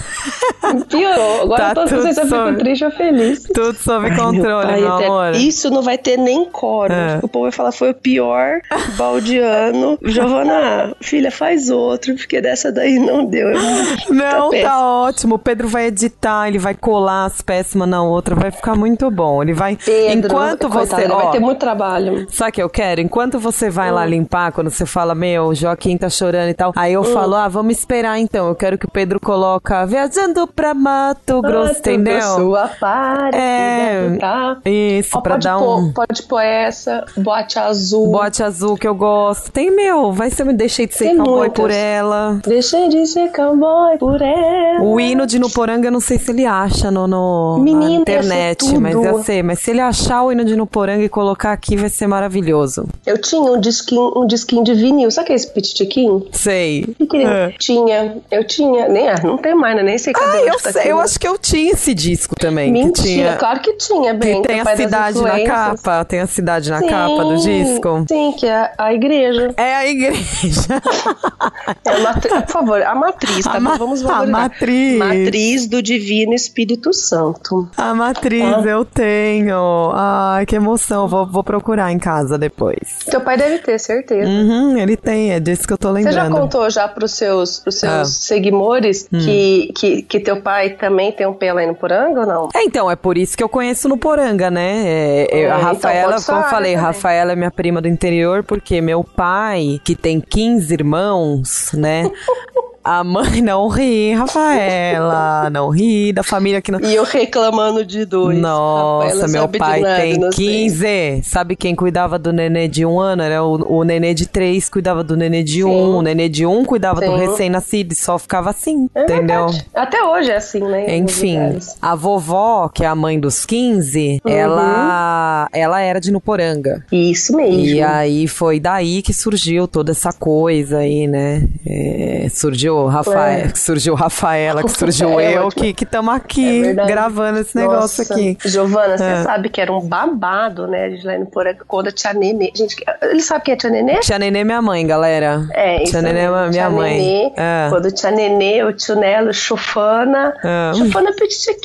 [SPEAKER 1] Piorou. Agora
[SPEAKER 2] Tá
[SPEAKER 1] eu tô,
[SPEAKER 2] tudo
[SPEAKER 1] você sabe se eu
[SPEAKER 2] sob-
[SPEAKER 1] fico triste ou feliz.
[SPEAKER 2] Tudo sob
[SPEAKER 1] Ai,
[SPEAKER 2] controle,
[SPEAKER 1] pai
[SPEAKER 2] meu
[SPEAKER 1] eterno.
[SPEAKER 2] amor.
[SPEAKER 1] Isso não vai ter nem coro.
[SPEAKER 2] É.
[SPEAKER 1] O povo vai falar, foi o pior
[SPEAKER 2] <laughs>
[SPEAKER 1] baldiano. Giovana, filha, faz outro, porque dessa daí não deu. Eu-
[SPEAKER 2] <laughs> Não, tá,
[SPEAKER 1] péssimo.
[SPEAKER 2] ótimo. O Pedro vai editar, ele vai colar as peças uma na outra, vai ficar muito bom. Ele vai.
[SPEAKER 1] Pedro,
[SPEAKER 2] enquanto
[SPEAKER 1] coitado,
[SPEAKER 2] você.
[SPEAKER 1] ele
[SPEAKER 2] ó,
[SPEAKER 1] vai ter muito Hum. trabalho.
[SPEAKER 2] Sabe o que eu quero? Enquanto você vai lá limpar, quando você fala, meu, o Joaquim tá chorando e tal, aí eu
[SPEAKER 1] Hum.
[SPEAKER 2] falo, ah, vamos esperar então. Eu quero que o Pedro coloca viajando pra Mato Grosso, entendeu?
[SPEAKER 1] Sua parte,
[SPEAKER 2] É,
[SPEAKER 1] né, tá?
[SPEAKER 2] isso,
[SPEAKER 1] Ó,
[SPEAKER 2] pra
[SPEAKER 1] pode
[SPEAKER 2] dar
[SPEAKER 1] pôr,
[SPEAKER 2] um-
[SPEAKER 1] Pode pôr essa, bote azul.
[SPEAKER 2] Bote azul que eu gosto. Tem meu, vai ser me deixei de ser
[SPEAKER 1] Tem
[SPEAKER 2] cowboy
[SPEAKER 1] muitas.
[SPEAKER 2] por ela.
[SPEAKER 1] Deixei de ser cowboy por ela.
[SPEAKER 2] O hino de Nuporanga, eu não sei se ele acha no, no-
[SPEAKER 1] Menina,
[SPEAKER 2] na
[SPEAKER 1] ia ser
[SPEAKER 2] internet,
[SPEAKER 1] tudo.
[SPEAKER 2] mas eu sei. Mas se ele achar o hino de Nuporanga e colocar aqui, vai ser maravilhoso.
[SPEAKER 1] Eu tinha um disquinho, um disquinho de vinil. Sabe que é esse pititiquinho?
[SPEAKER 2] Sei.
[SPEAKER 1] Que que ele-
[SPEAKER 2] É.
[SPEAKER 1] Tinha, eu tinha. Nem, ah, não tem mais, né? Nem sei cadê
[SPEAKER 2] Ah,
[SPEAKER 1] onde
[SPEAKER 2] eu
[SPEAKER 1] tá
[SPEAKER 2] sei.
[SPEAKER 1] aquilo.
[SPEAKER 2] Eu acho que eu tinha esse disco também.
[SPEAKER 1] Mentira,
[SPEAKER 2] que tinha.
[SPEAKER 1] claro que tinha,
[SPEAKER 2] Que
[SPEAKER 1] bem.
[SPEAKER 2] tem a cidade na capa, tem a cidade na capa do disco.
[SPEAKER 1] Sim, que é a igreja.
[SPEAKER 2] É
[SPEAKER 1] <laughs>
[SPEAKER 2] a igreja.
[SPEAKER 1] É a matri- Por favor, a matriz, tá?
[SPEAKER 2] A ma-
[SPEAKER 1] Vamos
[SPEAKER 2] a
[SPEAKER 1] valorizar.
[SPEAKER 2] matriz.
[SPEAKER 1] Matriz do Divino Espírito Santo.
[SPEAKER 2] A
[SPEAKER 1] Ah.
[SPEAKER 2] matriz eu tenho. Ai, que emoção. Vou, vou procurar em casa depois.
[SPEAKER 1] Teu pai deve ter, certeza.
[SPEAKER 2] Uhum, ele tem, é disso que eu tô
[SPEAKER 1] Você já
[SPEAKER 2] lembrando.
[SPEAKER 1] contou já pros seus, pros seus
[SPEAKER 2] Ah.
[SPEAKER 1] seguidores que, que, que teu pai também tem um pé lá no Poranga ou não?
[SPEAKER 2] É, então, é por isso que eu conheço no Poranga, né? É, eu-
[SPEAKER 1] É,
[SPEAKER 2] a
[SPEAKER 1] então,
[SPEAKER 2] Rafaela,
[SPEAKER 1] pode
[SPEAKER 2] como eu
[SPEAKER 1] falar
[SPEAKER 2] falei,
[SPEAKER 1] também.
[SPEAKER 2] Rafaela é minha prima do interior, porque meu pai, que tem 15 irmãos, né? A mãe <laughs> não ri, Rafaela, não ri da família que não.
[SPEAKER 1] E eu reclamando de dois. Rapaz,
[SPEAKER 2] Nossa,
[SPEAKER 1] ela
[SPEAKER 2] meu
[SPEAKER 1] sabe de
[SPEAKER 2] pai
[SPEAKER 1] nada,
[SPEAKER 2] tem
[SPEAKER 1] é não sei.
[SPEAKER 2] 15. Sabe quem cuidava do nenê de um ano? Era o, o nenê de três cuidava do nenê de um. O nenê de um cuidava do
[SPEAKER 1] Sim.
[SPEAKER 2] recém-nascido e só ficava assim,
[SPEAKER 1] É
[SPEAKER 2] entendeu?
[SPEAKER 1] verdade. Até hoje é assim, né? em alguns
[SPEAKER 2] Enfim,
[SPEAKER 1] lugares. Uhum.
[SPEAKER 2] a vovó, que é a mãe dos 15, ela, ela era de Nuporanga.
[SPEAKER 1] Isso mesmo.
[SPEAKER 2] E aí foi daí que surgiu toda essa coisa aí, né? É, surgiu Rafael,
[SPEAKER 1] É.
[SPEAKER 2] que surgiu Rafaela, que surgiu
[SPEAKER 1] <laughs> É,
[SPEAKER 2] eu,
[SPEAKER 1] ótimo.
[SPEAKER 2] que estamos
[SPEAKER 1] É
[SPEAKER 2] aqui
[SPEAKER 1] verdade.
[SPEAKER 2] gravando esse negócio
[SPEAKER 1] Nossa.
[SPEAKER 2] aqui.
[SPEAKER 1] Giovana, você
[SPEAKER 2] É.
[SPEAKER 1] sabe que era um babado, né? De lá no Poranga, quando a tia Nenê. Gente, ele sabe quem é a tia Nenê?
[SPEAKER 2] Tia Nenê é minha mãe, galera.
[SPEAKER 1] É, isso.
[SPEAKER 2] Tia Nenê é
[SPEAKER 1] mesmo.
[SPEAKER 2] minha
[SPEAKER 1] Tia
[SPEAKER 2] mãe.
[SPEAKER 1] Nenê,
[SPEAKER 2] É.
[SPEAKER 1] Quando tinha Nenê, o tio Nelo, Chufana.
[SPEAKER 2] É.
[SPEAKER 1] Chufana Petitiki.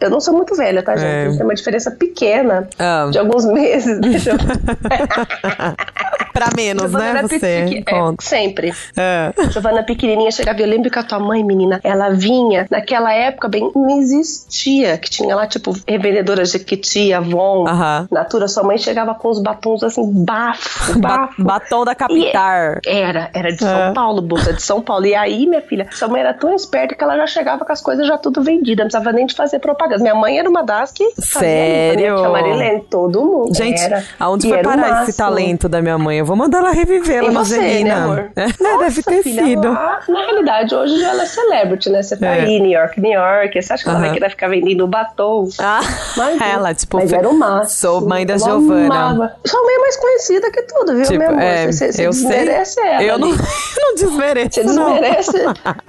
[SPEAKER 1] Eu não sou muito velha, tá, gente?
[SPEAKER 2] É.
[SPEAKER 1] Tem uma diferença pequena
[SPEAKER 2] É.
[SPEAKER 1] de alguns meses. <laughs>
[SPEAKER 2] <laughs> Pra menos,
[SPEAKER 1] Giovana
[SPEAKER 2] né?
[SPEAKER 1] era
[SPEAKER 2] Você
[SPEAKER 1] petitiki, é,
[SPEAKER 2] conta.
[SPEAKER 1] sempre.
[SPEAKER 2] É.
[SPEAKER 1] Giovana pequenininha chegava. Eu lembro que a tua mãe, menina, ela vinha. Naquela época, bem, não existia. Que tinha lá, tipo, revendedora Jequiti, Avon,
[SPEAKER 2] Aham.
[SPEAKER 1] Natura. Sua mãe chegava com os batons assim, bafo,
[SPEAKER 2] <laughs> Ba-
[SPEAKER 1] bafo. é-
[SPEAKER 2] batom da Capitar.
[SPEAKER 1] Era, era de São
[SPEAKER 2] É.
[SPEAKER 1] Paulo, bolsa de São Paulo. E aí, minha filha, sua mãe era tão esperta que ela já chegava com as coisas já tudo vendidas, não precisava nem de fazer propaganda. Minha mãe era uma das que fazia ali,
[SPEAKER 2] Sério?
[SPEAKER 1] fazia Marilene, todo mundo.
[SPEAKER 2] Gente,
[SPEAKER 1] era.
[SPEAKER 2] aonde
[SPEAKER 1] E
[SPEAKER 2] foi
[SPEAKER 1] era o
[SPEAKER 2] parar
[SPEAKER 1] máximo.
[SPEAKER 2] esse talento da minha mãe? Eu vou mandar ela reviver
[SPEAKER 1] E
[SPEAKER 2] lá no
[SPEAKER 1] você, né,
[SPEAKER 2] Zelina.
[SPEAKER 1] amor?
[SPEAKER 2] É,
[SPEAKER 1] Nossa,
[SPEAKER 2] deve ter
[SPEAKER 1] filha,
[SPEAKER 2] sido.
[SPEAKER 1] lá, na realidade, hoje já ela é celebrity, né? Você tá
[SPEAKER 2] É.
[SPEAKER 1] aí, New York, New York. Você acha que ela vai
[SPEAKER 2] Aham.
[SPEAKER 1] querer ficar vendendo batom?
[SPEAKER 2] Ah,
[SPEAKER 1] Mas-
[SPEAKER 2] <laughs> ela, tipo,
[SPEAKER 1] mas era o máximo.
[SPEAKER 2] sou mãe da
[SPEAKER 1] Eu
[SPEAKER 2] Giovana.
[SPEAKER 1] amava. Sua mãe é mais conhecida que tudo, viu,
[SPEAKER 2] Tipo,
[SPEAKER 1] meu amor?
[SPEAKER 2] é,
[SPEAKER 1] você, você
[SPEAKER 2] eu sei.
[SPEAKER 1] desmerece ela.
[SPEAKER 2] <laughs> eu não,
[SPEAKER 1] ali.
[SPEAKER 2] não desmereço,
[SPEAKER 1] Você
[SPEAKER 2] <laughs> não.
[SPEAKER 1] desmerece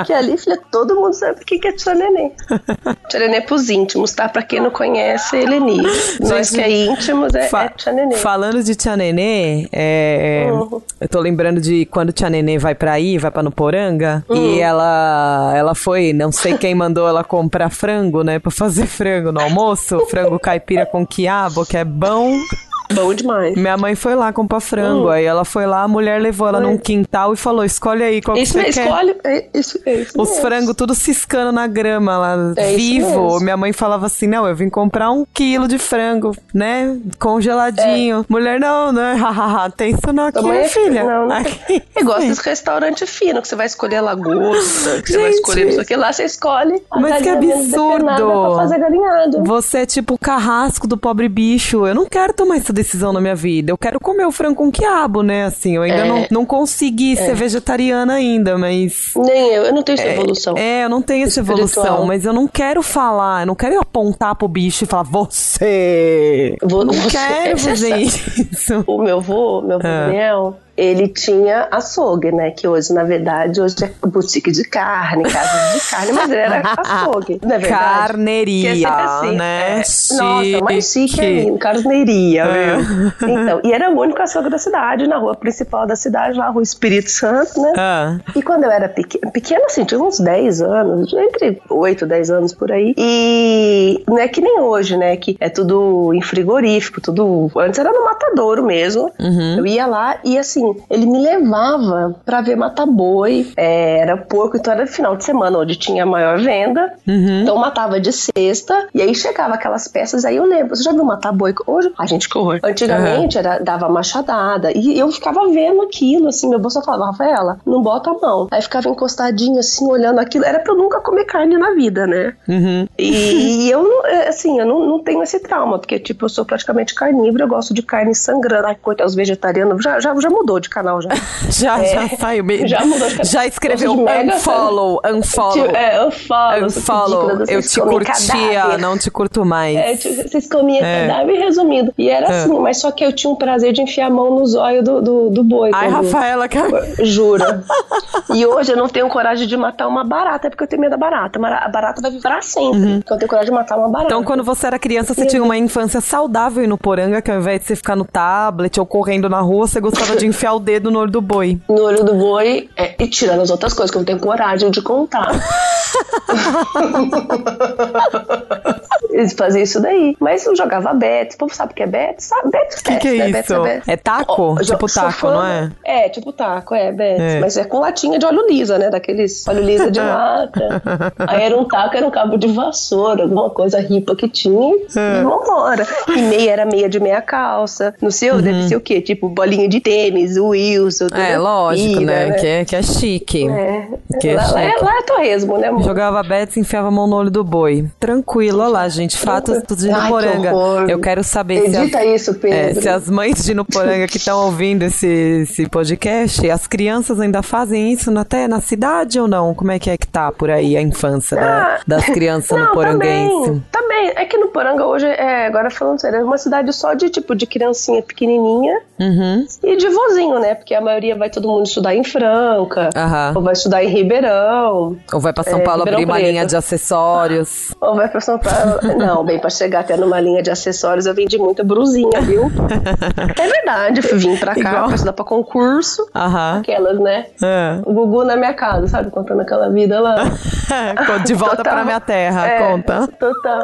[SPEAKER 1] que ali, filha, todo mundo sabe o que que é Tia Nenê. Tia Nenê é pros íntimos, tá? Pra quem não conhece, ele é Nenê. Nós
[SPEAKER 2] Gente,
[SPEAKER 1] que é íntimos, é,
[SPEAKER 2] Fa-
[SPEAKER 1] é Tia Nenê.
[SPEAKER 2] Falando de Tia Nenê, é, é,
[SPEAKER 1] Uhum.
[SPEAKER 2] eu tô lembrando de quando Tia Nenê vai pra aí, vai pra Nuporanga,
[SPEAKER 1] Uhum.
[SPEAKER 2] e ela, ela foi, não sei quem mandou ela comprar frango, né, pra fazer <laughs> frango no almoço, frango caipira com quiabo, que é bom.
[SPEAKER 1] Bom demais.
[SPEAKER 2] Minha mãe foi lá comprar frango,
[SPEAKER 1] Hum.
[SPEAKER 2] aí ela foi lá, a mulher levou ela num quintal e falou, escolhe aí qual
[SPEAKER 1] Isso
[SPEAKER 2] que você
[SPEAKER 1] mesmo,
[SPEAKER 2] quer.
[SPEAKER 1] escolhe. É, isso, é isso
[SPEAKER 2] Os
[SPEAKER 1] mesmo.
[SPEAKER 2] frangos tudo ciscando na grama lá,
[SPEAKER 1] É isso
[SPEAKER 2] vivo.
[SPEAKER 1] mesmo.
[SPEAKER 2] Minha mãe falava assim: não, eu vim comprar um quilo de frango, né? Congeladinho. Mulher, não, <laughs> não, hahaha, tem isso não aqui,
[SPEAKER 1] Tua mãe
[SPEAKER 2] minha
[SPEAKER 1] é-
[SPEAKER 2] filha.
[SPEAKER 1] Não, <laughs> não
[SPEAKER 2] Aqui.
[SPEAKER 1] É igual esses restaurante fino, que você vai escolher lagosta, que você vai
[SPEAKER 2] Gente.
[SPEAKER 1] escolher isso aqui. Lá você escolhe a
[SPEAKER 2] Mas que
[SPEAKER 1] galinha menos depenada
[SPEAKER 2] absurdo.
[SPEAKER 1] Pra fazer galinhado.
[SPEAKER 2] Você é tipo o carrasco do pobre bicho. Eu não quero tomar essa decisão na minha vida. Eu quero comer o frango com quiabo, né? Assim, eu ainda
[SPEAKER 1] É.
[SPEAKER 2] não, não consegui ser vegetariana ainda, mas.
[SPEAKER 1] Nem eu, eu não tenho essa evolução.
[SPEAKER 2] É, eu não tenho essa
[SPEAKER 1] Espiritual.
[SPEAKER 2] evolução, mas eu não quero falar, eu não quero apontar pro bicho e falar, você!
[SPEAKER 1] Vo-
[SPEAKER 2] não
[SPEAKER 1] você-
[SPEAKER 2] quero
[SPEAKER 1] você
[SPEAKER 2] fazer
[SPEAKER 1] <laughs> sabe.
[SPEAKER 2] isso.
[SPEAKER 1] O meu avô, meu avô
[SPEAKER 2] Ah.
[SPEAKER 1] Daniel, ele tinha açougue, né? Que hoje, na verdade, hoje é boutique de carne, casa de carne, mas
[SPEAKER 2] <laughs>
[SPEAKER 1] era açougue, na verdade.
[SPEAKER 2] Carneiria,
[SPEAKER 1] Que é sempre assim,
[SPEAKER 2] né?
[SPEAKER 1] é. Nossa, mais chique ainda, carneiria, viu? Então, e era o único açougue da cidade, na rua principal da cidade, lá, Rua Espírito Santo, né?
[SPEAKER 2] Ah,
[SPEAKER 1] E quando eu era pequena, pequena assim, tinha uns 10 anos, entre 8 e 10 anos por aí. E não é que nem hoje, né? Que é tudo em frigorífico, tudo. Antes era no matadouro mesmo. Eu ia lá e assim, ele me levava pra ver matar boi, é, era porco, então era final de semana, onde tinha a maior venda. Então matava de sexta, e aí chegava aquelas peças, aí eu lembro, você já viu matar boi hoje? A gente que horror. Antigamente era, dava machadada, e eu ficava vendo aquilo, assim, meu bolso falava, Rafaela, não bota a mão. Aí ficava encostadinho, assim, olhando aquilo, era pra eu nunca comer carne na vida, né?
[SPEAKER 2] Uhum.
[SPEAKER 1] E, e eu, não- é, assim, eu não, não tenho esse trauma, porque, tipo, eu sou praticamente carnívora, eu gosto de carne sangrando, ai, coitado, os vegetarianos, já, já, já mudou de canal,
[SPEAKER 2] <laughs>
[SPEAKER 1] já.
[SPEAKER 2] já,
[SPEAKER 1] É.
[SPEAKER 2] já saiu. bem-
[SPEAKER 1] Já mudou de
[SPEAKER 2] Já escreveu
[SPEAKER 1] Gosto de mega-
[SPEAKER 2] unfollow, unfollow.
[SPEAKER 1] Tipo, é, eu falo,
[SPEAKER 2] Eu
[SPEAKER 1] sou
[SPEAKER 2] falo,
[SPEAKER 1] ridícula,
[SPEAKER 2] eu
[SPEAKER 1] vocês
[SPEAKER 2] te
[SPEAKER 1] comem
[SPEAKER 2] curtia,
[SPEAKER 1] cadáver.
[SPEAKER 2] não te curto mais.
[SPEAKER 1] É, tipo, vocês comiam
[SPEAKER 2] É.
[SPEAKER 1] cadáver, resumindo. E era assim, mas só que eu tinha um prazer de enfiar a mão nos olhos do, do, do boi.
[SPEAKER 2] Ai,
[SPEAKER 1] quando-
[SPEAKER 2] Rafaela, que... é
[SPEAKER 1] Jura. E hoje eu não tenho coragem de matar uma barata, é porque eu tenho medo da barata. Mara- A barata vai vibrar sempre. Então eu tenho coragem de matar uma barata.
[SPEAKER 2] Então, quando você era criança, você tinha uma infância saudável e no poranga, que ao invés de você ficar no tablet ou correndo na rua, você gostava de enfiar o dedo no olho do boi.
[SPEAKER 1] No olho do boi, é, e tirando as outras coisas que eu não tenho coragem de
[SPEAKER 2] <laughs>
[SPEAKER 1] contar. Eles faziam isso daí. Mas eu jogava bet. O povo sabe o que é bet? Sabe, bet
[SPEAKER 2] Que que é
[SPEAKER 1] né? Betis
[SPEAKER 2] isso?
[SPEAKER 1] betis.
[SPEAKER 2] É taco?
[SPEAKER 1] Ó, jo-
[SPEAKER 2] Tipo
[SPEAKER 1] sou
[SPEAKER 2] taco,
[SPEAKER 1] fã-
[SPEAKER 2] não é?
[SPEAKER 1] É, tipo taco, é, bet.
[SPEAKER 2] É.
[SPEAKER 1] Mas é com latinha de óleo lisa, né? Daqueles óleo lisa
[SPEAKER 2] <laughs>
[SPEAKER 1] de lata. Aí era um taco, era um cabo de vassoura, alguma coisa ripa que tinha.
[SPEAKER 2] É.
[SPEAKER 1] E vambora. E meia era meia de meia calça. No seu,
[SPEAKER 2] Uhum.
[SPEAKER 1] deve ser o quê? Tipo bolinha de tênis, o Wilson.
[SPEAKER 2] É,
[SPEAKER 1] tudo.
[SPEAKER 2] lógico,
[SPEAKER 1] Ira,
[SPEAKER 2] né? Que é, que é chique.
[SPEAKER 1] É.
[SPEAKER 2] Que é
[SPEAKER 1] lá, lá é,
[SPEAKER 2] chique.
[SPEAKER 1] lá é torresmo, né, amor?
[SPEAKER 2] Jogava bets e enfiava a mão no olho do boi. Tranquilo, olha lá, gente. Fatos
[SPEAKER 1] Ai,
[SPEAKER 2] do
[SPEAKER 1] que
[SPEAKER 2] Dinoporanga.
[SPEAKER 1] horror.
[SPEAKER 2] Eu quero saber se a-
[SPEAKER 1] Edita isso,
[SPEAKER 2] É,
[SPEAKER 1] Pedro.
[SPEAKER 2] se as mães de Nuporanga que estão ouvindo esse, esse podcast, as crianças ainda fazem isso na- até na cidade ou não? Como é que é que tá por aí a infância da-
[SPEAKER 1] Ah.
[SPEAKER 2] das crianças
[SPEAKER 1] Não,
[SPEAKER 2] nuporanguenses?
[SPEAKER 1] Também, também. É que no Poranga hoje, é, agora falando sério, é uma cidade só de tipo de criancinha pequenininha
[SPEAKER 2] Uhum.
[SPEAKER 1] e de vozinho, né? Porque a maioria vai todo mundo estudar em Franca,
[SPEAKER 2] Aham.
[SPEAKER 1] ou vai estudar em Ribeirão,
[SPEAKER 2] Ou vai pra São
[SPEAKER 1] É,
[SPEAKER 2] Paulo abrir
[SPEAKER 1] Ribeirão
[SPEAKER 2] uma
[SPEAKER 1] Preto.
[SPEAKER 2] linha de acessórios.
[SPEAKER 1] ou vai pra São Paulo.
[SPEAKER 2] <laughs>
[SPEAKER 1] Não, bem, pra chegar até numa linha de acessórios, eu vendi muita brusinha,
[SPEAKER 2] <laughs>
[SPEAKER 1] viu? é verdade, vim pra cá
[SPEAKER 2] Igual. Ah.
[SPEAKER 1] pra estudar pra concurso.
[SPEAKER 2] Aham.
[SPEAKER 1] Aquelas, né?
[SPEAKER 2] <laughs> É.
[SPEAKER 1] O Gugu na minha casa, sabe? Contando aquela vida
[SPEAKER 2] <laughs>
[SPEAKER 1] lá.
[SPEAKER 2] De volta
[SPEAKER 1] Total.
[SPEAKER 2] pra minha terra,
[SPEAKER 1] É,
[SPEAKER 2] conta.
[SPEAKER 1] Total.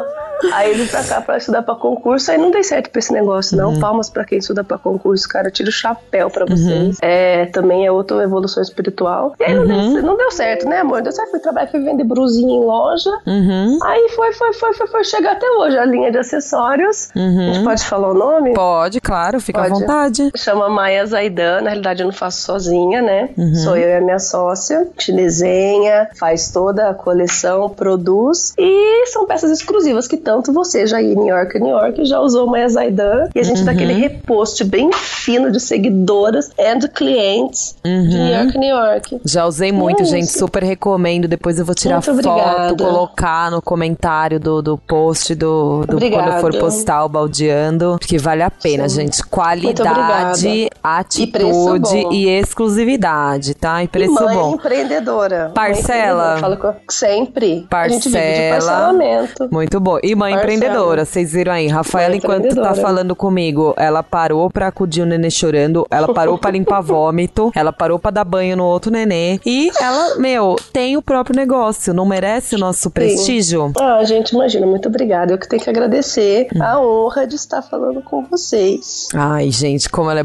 [SPEAKER 1] Aí ele pra cá pra estudar pra concurso, aí não dei certo pra esse negócio,
[SPEAKER 2] Uhum.
[SPEAKER 1] não. Palmas pra quem estuda pra concurso, cara. Eu tiro o chapéu pra vocês. É, também é outra evolução espiritual. E aí não,
[SPEAKER 2] Uhum.
[SPEAKER 1] deu, não deu certo, né, amor? Deu certo, fui trabalhar, fui vender brusinha em loja.
[SPEAKER 2] Uhum.
[SPEAKER 1] Aí foi, foi, foi, foi, foi. Chega até hoje a linha de acessórios.
[SPEAKER 2] Uhum.
[SPEAKER 1] A gente pode falar o nome?
[SPEAKER 2] Pode, claro, fica à
[SPEAKER 1] Pode.
[SPEAKER 2] vontade.
[SPEAKER 1] Chama Maia Zaidan, na realidade eu não faço sozinha, né?
[SPEAKER 2] Uhum.
[SPEAKER 1] Sou eu e a minha sócia. A gente desenha, faz toda a coleção, produz. E são peças exclusivas que tanto você, já em New York, New York, já usou Maia Zaidan. E a gente dá
[SPEAKER 2] Uhum.
[SPEAKER 1] aquele repost bem fino de seguidoras and clientes
[SPEAKER 2] Uhum.
[SPEAKER 1] de New York, New York.
[SPEAKER 2] Já usei muito,
[SPEAKER 1] Nossa.
[SPEAKER 2] gente. Super recomendo. Depois eu vou tirar
[SPEAKER 1] Muito
[SPEAKER 2] foto,
[SPEAKER 1] obrigada.
[SPEAKER 2] colocar no comentário do, do post do, do-
[SPEAKER 1] Obrigada.
[SPEAKER 2] quando eu for postar o baldeando. Porque vale a pena, gente. Qualidade,
[SPEAKER 1] obrigada. E preço
[SPEAKER 2] atitude
[SPEAKER 1] bom.
[SPEAKER 2] e, exclusividade, tá? E preço
[SPEAKER 1] Mãe
[SPEAKER 2] bom.
[SPEAKER 1] empreendedora. Mãe
[SPEAKER 2] Parcela.
[SPEAKER 1] empreendedora. Falo com... Sempre. A gente vive de
[SPEAKER 2] Parcela.
[SPEAKER 1] parcelamento.
[SPEAKER 2] Muito bom. E mãe
[SPEAKER 1] Parcela.
[SPEAKER 2] empreendedora, vocês viram aí. Rafaela,
[SPEAKER 1] Mãe
[SPEAKER 2] enquanto tá
[SPEAKER 1] empreendedora.
[SPEAKER 2] falando comigo, ela parou pra acudir o nenê chorando, ela parou pra
[SPEAKER 1] <laughs>
[SPEAKER 2] limpar vômito, ela parou pra dar banho no outro nenê. E ela, meu, tem o próprio negócio. Não merece o nosso prestígio?
[SPEAKER 1] Ah, gente, imagina, muito obrigada. Eu que tenho que agradecer a
[SPEAKER 2] Hum.
[SPEAKER 1] honra de estar falando com vocês.
[SPEAKER 2] Ai, gente, como ela é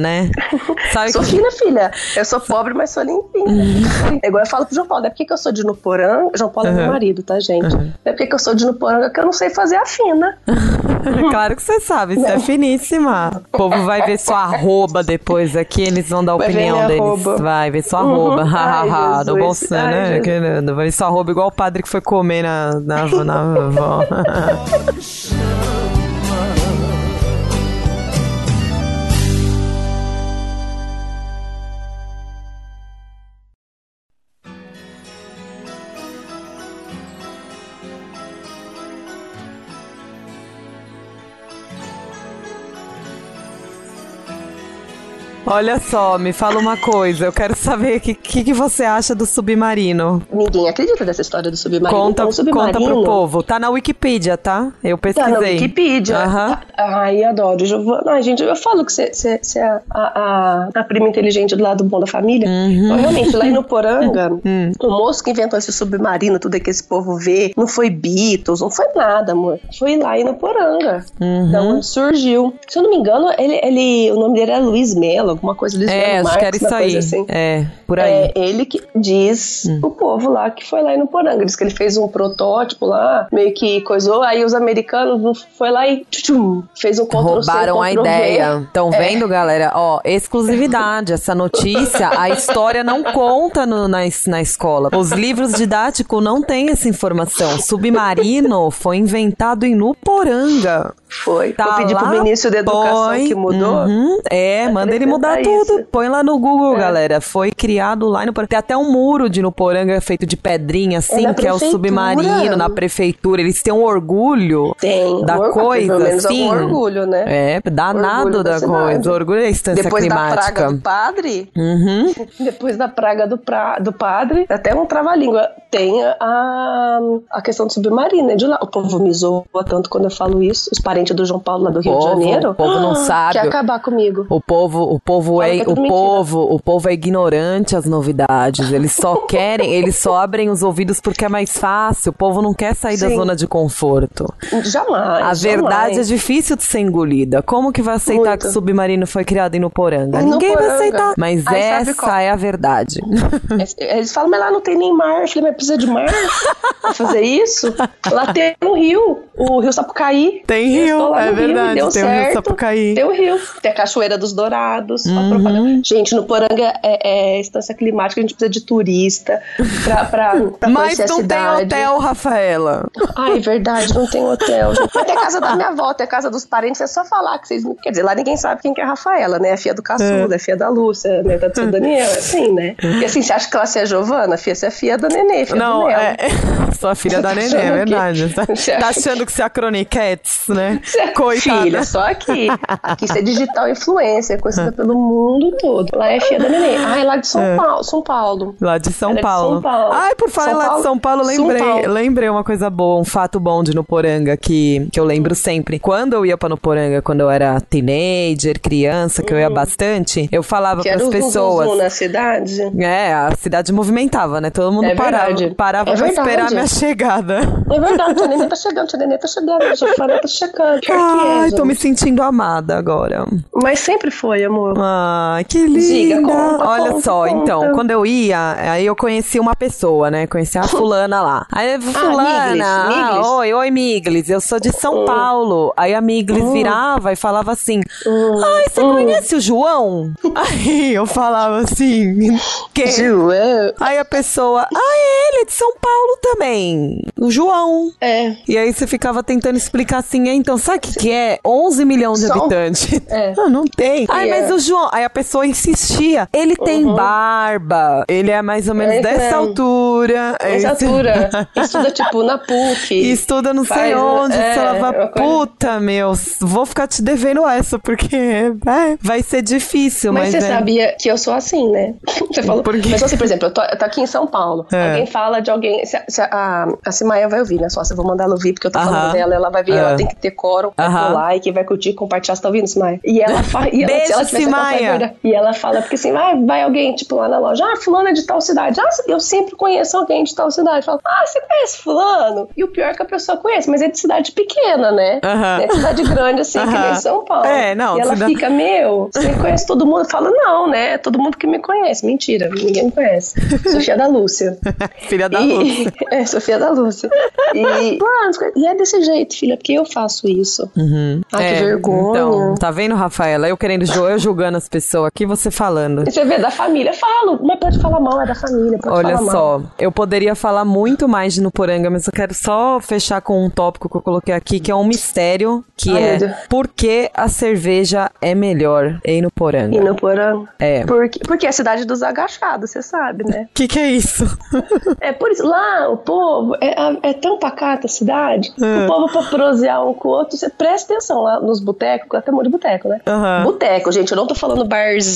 [SPEAKER 1] <laughs>
[SPEAKER 2] né? <laughs> Sabe
[SPEAKER 1] Sou
[SPEAKER 2] que... Hum.
[SPEAKER 1] fina, filha. Eu sou pobre, mas sou limpinha. É igual eu falo pro João Paulo, não é porque que eu sou de Nuporanga. João Paulo é meu marido, tá, gente? Não é porque que eu sou de Nuporanga que eu não sei fazer a fina.
[SPEAKER 2] claro que você sabe, você é finíssima. O povo vai ver sua arroba depois aqui, eles vão dar a
[SPEAKER 1] Vai ver
[SPEAKER 2] opinião
[SPEAKER 1] minha
[SPEAKER 2] deles.
[SPEAKER 1] arroba.
[SPEAKER 2] Vai ver sua
[SPEAKER 1] Uhum.
[SPEAKER 2] arroba.
[SPEAKER 1] Ai,
[SPEAKER 2] Hahaha, do
[SPEAKER 1] Jesus.
[SPEAKER 2] bom senso,
[SPEAKER 1] Ai,
[SPEAKER 2] né?
[SPEAKER 1] Jesus.
[SPEAKER 2] querendo? Vai ver sua arroba igual o padre que foi comer na, na, na
[SPEAKER 1] <laughs>
[SPEAKER 2] avó. Olha só, me fala uma coisa. Eu quero saber o que, que, que você acha do submarino.
[SPEAKER 6] Ninguém acredita dessa história do submarino.
[SPEAKER 2] Conta,
[SPEAKER 6] Então, o submarino
[SPEAKER 2] conta pro povo. Tá na Wikipedia, tá? Eu pesquisei.
[SPEAKER 1] Tá na Wikipedia.
[SPEAKER 2] Aham.
[SPEAKER 1] Ai, adoro, Giovana. Ai, gente, eu falo que você é a, a, a prima inteligente do lado bom da família.
[SPEAKER 2] Uhum.
[SPEAKER 1] Mas, realmente, lá em
[SPEAKER 2] <laughs>
[SPEAKER 1] Nuporanga,
[SPEAKER 2] Hum.
[SPEAKER 1] o moço que inventou esse submarino, tudo que esse povo vê, não foi Beatles, não foi nada, amor. Foi lá em Nuporanga,
[SPEAKER 2] Uhum.
[SPEAKER 1] da onde surgiu. Se eu não me engano, ele, ele, o nome dele era Luiz Melo, alguma coisa. Luiz
[SPEAKER 2] É,
[SPEAKER 1] Melo
[SPEAKER 2] acho que era
[SPEAKER 1] Marques, uma
[SPEAKER 2] isso aí.
[SPEAKER 1] coisa assim.
[SPEAKER 2] É, por aí.
[SPEAKER 1] É ele que diz
[SPEAKER 2] Hum.
[SPEAKER 1] o povo lá que foi lá em Nuporanga. Diz que ele fez um protótipo lá, meio que coisou, aí os americanos foi lá e tchum, fez um Ctrl
[SPEAKER 2] Roubaram a ideia. Estão
[SPEAKER 1] É,
[SPEAKER 2] vendo, galera? Ó, exclusividade. Essa notícia, a história não conta no- na, es- na escola. Os livros didáticos não têm essa informação. Submarino foi inventado em Nuporanga.
[SPEAKER 1] Foi.
[SPEAKER 2] Tá
[SPEAKER 1] Eu pedi pro
[SPEAKER 2] lá,
[SPEAKER 1] ministro da educação
[SPEAKER 2] põe.
[SPEAKER 1] que mudou.
[SPEAKER 2] Uhum. É, manda ele mudar
[SPEAKER 1] Acrescentar
[SPEAKER 2] tudo.
[SPEAKER 1] isso. É.
[SPEAKER 2] Põe lá no Google, galera. Foi criado lá em Nuporanga. Tem até um muro de Nuporanga feito de pedrinha, assim,
[SPEAKER 1] na
[SPEAKER 2] que é o
[SPEAKER 1] prefeitura.
[SPEAKER 2] submarino na prefeitura. Eles têm um orgulho
[SPEAKER 1] Tem.
[SPEAKER 2] da
[SPEAKER 1] um orgulho,
[SPEAKER 2] coisa,
[SPEAKER 1] Pelo menos
[SPEAKER 2] assim.
[SPEAKER 1] algum orgulho, né?
[SPEAKER 2] É, danado
[SPEAKER 1] Orgulho
[SPEAKER 2] da
[SPEAKER 1] da cidade.
[SPEAKER 2] coisa. Orgulho da instância
[SPEAKER 6] Depois da
[SPEAKER 2] climática.
[SPEAKER 6] praga do padre,
[SPEAKER 2] Uhum.
[SPEAKER 1] <laughs> Depois da praga do, pra- do padre, até um trava-língua. Tem a, a questão do submarino, né? De lá. O povo me zoa tanto quando eu falo isso. Os parentes do João Paulo lá do Rio
[SPEAKER 2] Povo,
[SPEAKER 1] de Janeiro.
[SPEAKER 2] o povo não
[SPEAKER 1] Ah,
[SPEAKER 2] sabe.
[SPEAKER 1] <gasps> Quer acabar comigo.
[SPEAKER 2] O povo, o povo
[SPEAKER 1] Olha,
[SPEAKER 2] é,
[SPEAKER 1] tá
[SPEAKER 2] o
[SPEAKER 1] tudo mentira.
[SPEAKER 2] povo, o povo é ignorante às novidades.
[SPEAKER 1] <laughs>
[SPEAKER 2] Eles só querem, eles só abrem os ouvidos porque é mais fácil. O povo não quer sair da
[SPEAKER 1] Sim.
[SPEAKER 2] zona de conforto.
[SPEAKER 1] Jamais.
[SPEAKER 2] A verdade é
[SPEAKER 1] jamais.
[SPEAKER 2] difícil de ser engolida. Como que vai aceitar
[SPEAKER 1] Muito.
[SPEAKER 2] que o submarino foi criado em Nuporanga?
[SPEAKER 1] Em
[SPEAKER 2] Ninguém vai
[SPEAKER 1] Nuporanga.
[SPEAKER 2] aceitar. Mas
[SPEAKER 6] Aí sabe qual?
[SPEAKER 2] essa é a verdade.
[SPEAKER 1] É, Eles falam, mas lá não tem nem mar. Eu falei, mas precisa de mar pra fazer isso? Lá tem um rio, o rio Sapucaí.
[SPEAKER 2] Tem
[SPEAKER 1] Eu
[SPEAKER 2] rio,
[SPEAKER 1] estou lá
[SPEAKER 2] é
[SPEAKER 1] no
[SPEAKER 2] verdade,
[SPEAKER 1] deu
[SPEAKER 2] tem o rio
[SPEAKER 1] certo.
[SPEAKER 2] Sapucaí. Uhum.
[SPEAKER 1] Tem o rio, tem a Cachoeira dos Dourados. a propaganda. Gente, no Poranga é, é instância climática, a gente precisa de turista pra, pra, pra
[SPEAKER 2] Mas
[SPEAKER 1] conhecer a
[SPEAKER 2] não tem
[SPEAKER 1] cidade.
[SPEAKER 2] hotel, Rafaela.
[SPEAKER 1] Ai, verdade, não tem <laughs> hotel. gente. Mas tem a casa da minha avó, tem a casa dos parentes, é só falar que vocês. Quer dizer, lá ninguém sabe quem que é a Rafaela, né? A filha do
[SPEAKER 2] É.
[SPEAKER 1] caçula, a filha da Lúcia, né? Da
[SPEAKER 2] <laughs>
[SPEAKER 1] do seu Daniel, é assim, né? E assim, você acha que ela se é a Giovana? Fia, você é filha da Nenê, filha do
[SPEAKER 2] Não,
[SPEAKER 1] Léo.
[SPEAKER 2] é. <laughs> Sou a filha da
[SPEAKER 1] Tá
[SPEAKER 2] neném,
[SPEAKER 1] achando
[SPEAKER 2] é
[SPEAKER 1] que-
[SPEAKER 2] verdade. Tá,
[SPEAKER 1] Você acha
[SPEAKER 2] tá
[SPEAKER 1] que-
[SPEAKER 2] achando que você é a Croniquetes, né?
[SPEAKER 1] Você-
[SPEAKER 2] Coitada.
[SPEAKER 1] Filha, só aqui. Aqui você é digital influencer, conhecida
[SPEAKER 2] É.
[SPEAKER 1] pelo mundo todo. Lá é filha da Nenê. Ah, é lá de São Paulo. São Paulo.
[SPEAKER 2] Lá de São,
[SPEAKER 1] Ela é de
[SPEAKER 2] Paulo.
[SPEAKER 1] São Paulo.
[SPEAKER 2] Ai, por falar
[SPEAKER 1] São
[SPEAKER 2] lá de
[SPEAKER 1] Paulo-
[SPEAKER 2] São Paulo,
[SPEAKER 1] São
[SPEAKER 2] lembrei,
[SPEAKER 1] Paulo.
[SPEAKER 2] lembrei uma coisa boa, um fato bom de Nuporanga que, que eu
[SPEAKER 1] Hum.
[SPEAKER 2] lembro sempre. Quando eu ia pra Nuporanga, quando eu era teenager, criança, que eu ia bastante, eu falava
[SPEAKER 1] Hum. Que
[SPEAKER 2] pras
[SPEAKER 1] era o
[SPEAKER 2] pessoas.
[SPEAKER 1] pessoas. na cidade.
[SPEAKER 2] É, a cidade movimentava, né? Todo mundo
[SPEAKER 1] É
[SPEAKER 2] parava,
[SPEAKER 1] verdade.
[SPEAKER 2] parava
[SPEAKER 1] É
[SPEAKER 2] pra esperar a
[SPEAKER 1] verdade.
[SPEAKER 2] minha <laughs> chegada.
[SPEAKER 1] É verdade, tia Nenê tá chegando, tia Nenê tá chegando, a Giovana tá chegando. Pior que é,
[SPEAKER 2] Ai,
[SPEAKER 1] gente.
[SPEAKER 2] tô me sentindo amada agora.
[SPEAKER 1] Mas sempre foi, amor.
[SPEAKER 2] Ai, que linda!
[SPEAKER 1] conta,
[SPEAKER 2] Olha
[SPEAKER 1] conta,
[SPEAKER 2] só,
[SPEAKER 1] conta.
[SPEAKER 2] então, quando eu ia, aí eu conheci uma pessoa, né?
[SPEAKER 1] <laughs>
[SPEAKER 2] Conheci a fulana lá. Aí, fulana,
[SPEAKER 1] Ah, Miglis,
[SPEAKER 2] ah,
[SPEAKER 1] Miglis. Hum.
[SPEAKER 2] oi, oi, Miglis, eu sou de São Paulo. Aí a Miglis virava e falava assim,
[SPEAKER 1] Hum.
[SPEAKER 2] ai, você conhece o
[SPEAKER 1] <laughs>
[SPEAKER 2] João? Aí eu falava assim, que...
[SPEAKER 1] João.
[SPEAKER 2] Aí a pessoa, ah, é, ele é de São Paulo também, o João.
[SPEAKER 1] É,
[SPEAKER 2] E aí você ficava tentando explicar assim, é, então, sabe o que, que é? 11 milhões de
[SPEAKER 1] Só-
[SPEAKER 2] <laughs> habitantes.
[SPEAKER 1] É.
[SPEAKER 2] Não, não tem. Ai,
[SPEAKER 1] é.
[SPEAKER 2] mas o João... Aí a pessoa insistia. Ele tem barba. Ele é mais ou menos
[SPEAKER 1] É,
[SPEAKER 2] dessa
[SPEAKER 1] então.
[SPEAKER 2] altura. É
[SPEAKER 1] essa
[SPEAKER 2] isso. <laughs>
[SPEAKER 1] altura. Estuda, tipo, na PUC.
[SPEAKER 2] E estuda não sei
[SPEAKER 1] Faz-
[SPEAKER 2] onde,
[SPEAKER 1] é,
[SPEAKER 2] você
[SPEAKER 1] uma
[SPEAKER 2] lava,
[SPEAKER 1] coisa-
[SPEAKER 2] puta, meu, vou ficar te devendo essa, porque é, vai ser difícil,
[SPEAKER 1] Mas
[SPEAKER 2] mas,
[SPEAKER 1] você
[SPEAKER 2] é.
[SPEAKER 1] sabia que eu sou assim, né? <laughs> Você falou.
[SPEAKER 2] Por quê?
[SPEAKER 1] Mas assim, por exemplo, eu tô, eu tô aqui em São Paulo.
[SPEAKER 2] É.
[SPEAKER 1] Alguém fala de alguém. Se, a- se a, a Simaia vai ouvir, né? Só se eu vou mandar ela ouvir, porque eu tô
[SPEAKER 2] Aham.
[SPEAKER 1] falando dela, ela vai ver,
[SPEAKER 2] É.
[SPEAKER 1] ela tem que ter coro, vai
[SPEAKER 2] Aham.
[SPEAKER 1] ter like, vai curtir, compartilhar. Você tá ouvindo, Simaia? E ela fala. E ela,
[SPEAKER 2] Beijo,
[SPEAKER 1] se ela tivesse essa
[SPEAKER 2] Simaia.
[SPEAKER 1] fazenda- E ela fala, porque assim, vai, vai alguém, tipo, lá na loja, ah, fulano é de tal cidade. Ah, eu sempre conheço alguém de tal cidade. Fala, ah, você conhece fulano? E o pior é que a pessoa conhece, mas é de cidade pequena, né?
[SPEAKER 2] Aham.
[SPEAKER 1] É de cidade
[SPEAKER 2] <laughs>
[SPEAKER 1] grande, assim, que nem
[SPEAKER 2] Aham.
[SPEAKER 1] São Paulo.
[SPEAKER 2] É, não,
[SPEAKER 1] E ela
[SPEAKER 2] cidade-
[SPEAKER 1] fica fica, meu,
[SPEAKER 2] <laughs>
[SPEAKER 1] você conhece todo mundo? Fala, não, né? É Todo mundo que me conhece. Mentira, ninguém me conhece. Sofia da
[SPEAKER 2] <laughs>
[SPEAKER 1] Lúcia.
[SPEAKER 2] <laughs> Filha da <laughs>
[SPEAKER 1] E-
[SPEAKER 2] luz.
[SPEAKER 1] <laughs> É, Sofia da Lúcia. E, Mano, <laughs> e é desse jeito, filha, porque eu faço isso. Ai,
[SPEAKER 2] É,
[SPEAKER 1] que vergonha.
[SPEAKER 2] Então, tá vendo, Rafaela? Eu querendo, jo- eu julgando as pessoas aqui, você falando.
[SPEAKER 1] E Você vê da família, falo, mas pode falar mal, é da família. Pode
[SPEAKER 2] Olha
[SPEAKER 1] falar Mal.
[SPEAKER 2] só, eu poderia falar muito mais de Nuporanga, mas eu quero só fechar com um tópico que eu coloquei aqui, que é um mistério, que
[SPEAKER 1] Ai,
[SPEAKER 2] é
[SPEAKER 1] meu Deus.
[SPEAKER 2] por que a cerveja é melhor em
[SPEAKER 1] E
[SPEAKER 2] Nuporanga?
[SPEAKER 1] no porão.
[SPEAKER 2] É.
[SPEAKER 1] Porque, porque é a cidade dos agachados, você sabe, né?
[SPEAKER 2] O que, que é isso?
[SPEAKER 1] É por isso, lá o povo, é, a, lá é tão pacata a cidade, que
[SPEAKER 2] É.
[SPEAKER 1] o povo pra prosear um com o outro, você presta atenção lá nos botecos, que eu até moro de boteco, né?
[SPEAKER 2] Aham.
[SPEAKER 1] Boteco, gente, eu não tô falando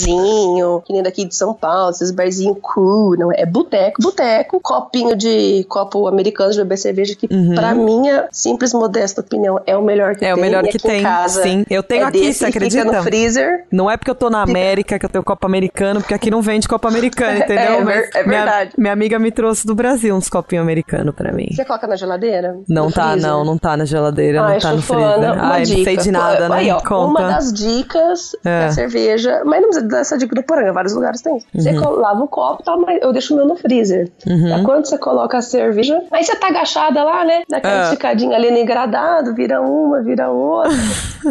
[SPEAKER 1] barzinho, que nem daqui de São Paulo, esses barzinho cool, não. É boteco, boteco, copinho de copo americano de beber cerveja, que pra minha simples, modesta opinião, é o melhor que
[SPEAKER 2] Uhum. É
[SPEAKER 1] tem.
[SPEAKER 2] o melhor
[SPEAKER 1] e
[SPEAKER 2] que
[SPEAKER 1] aqui em
[SPEAKER 2] tem,
[SPEAKER 1] casa
[SPEAKER 2] sim. Eu tenho
[SPEAKER 1] é
[SPEAKER 2] aqui,
[SPEAKER 1] desse
[SPEAKER 2] você
[SPEAKER 1] que fica
[SPEAKER 2] acredita?
[SPEAKER 1] no freezer.
[SPEAKER 2] <laughs> Não é porque eu tô na América que eu tenho Copa Americano, porque aqui não vende Copa Americana,
[SPEAKER 1] <laughs> É,
[SPEAKER 2] entendeu?
[SPEAKER 1] é ver-
[SPEAKER 2] Mas
[SPEAKER 1] é
[SPEAKER 2] minha-
[SPEAKER 1] verdade.
[SPEAKER 2] Minha, amiga me trouxe do Brasil uns copinhos americanos pra mim.
[SPEAKER 1] Você coloca na geladeira?
[SPEAKER 2] Não
[SPEAKER 1] No
[SPEAKER 2] tá,
[SPEAKER 1] freezer?
[SPEAKER 2] não, não tá na geladeira,
[SPEAKER 1] né? Ai,
[SPEAKER 2] não tá no
[SPEAKER 1] Chufana,
[SPEAKER 2] freezer.
[SPEAKER 1] uma
[SPEAKER 2] Ai, não sei
[SPEAKER 1] dica.
[SPEAKER 2] de nada, né?
[SPEAKER 1] Aí, ó,
[SPEAKER 2] Conta.
[SPEAKER 1] Uma das dicas
[SPEAKER 2] É.
[SPEAKER 1] da cerveja, mas não precisa dessa dica do poranga, vários lugares tem. Você
[SPEAKER 2] Uhum.
[SPEAKER 1] col- lava o copo e tal, mas eu deixo o meu no freezer. Tá? Quando você coloca a cerveja, aí você tá agachada lá, né? Daquela
[SPEAKER 2] É.
[SPEAKER 1] esticadinha ali no engradado, vira uma, vira
[SPEAKER 2] <laughs>
[SPEAKER 1] outra,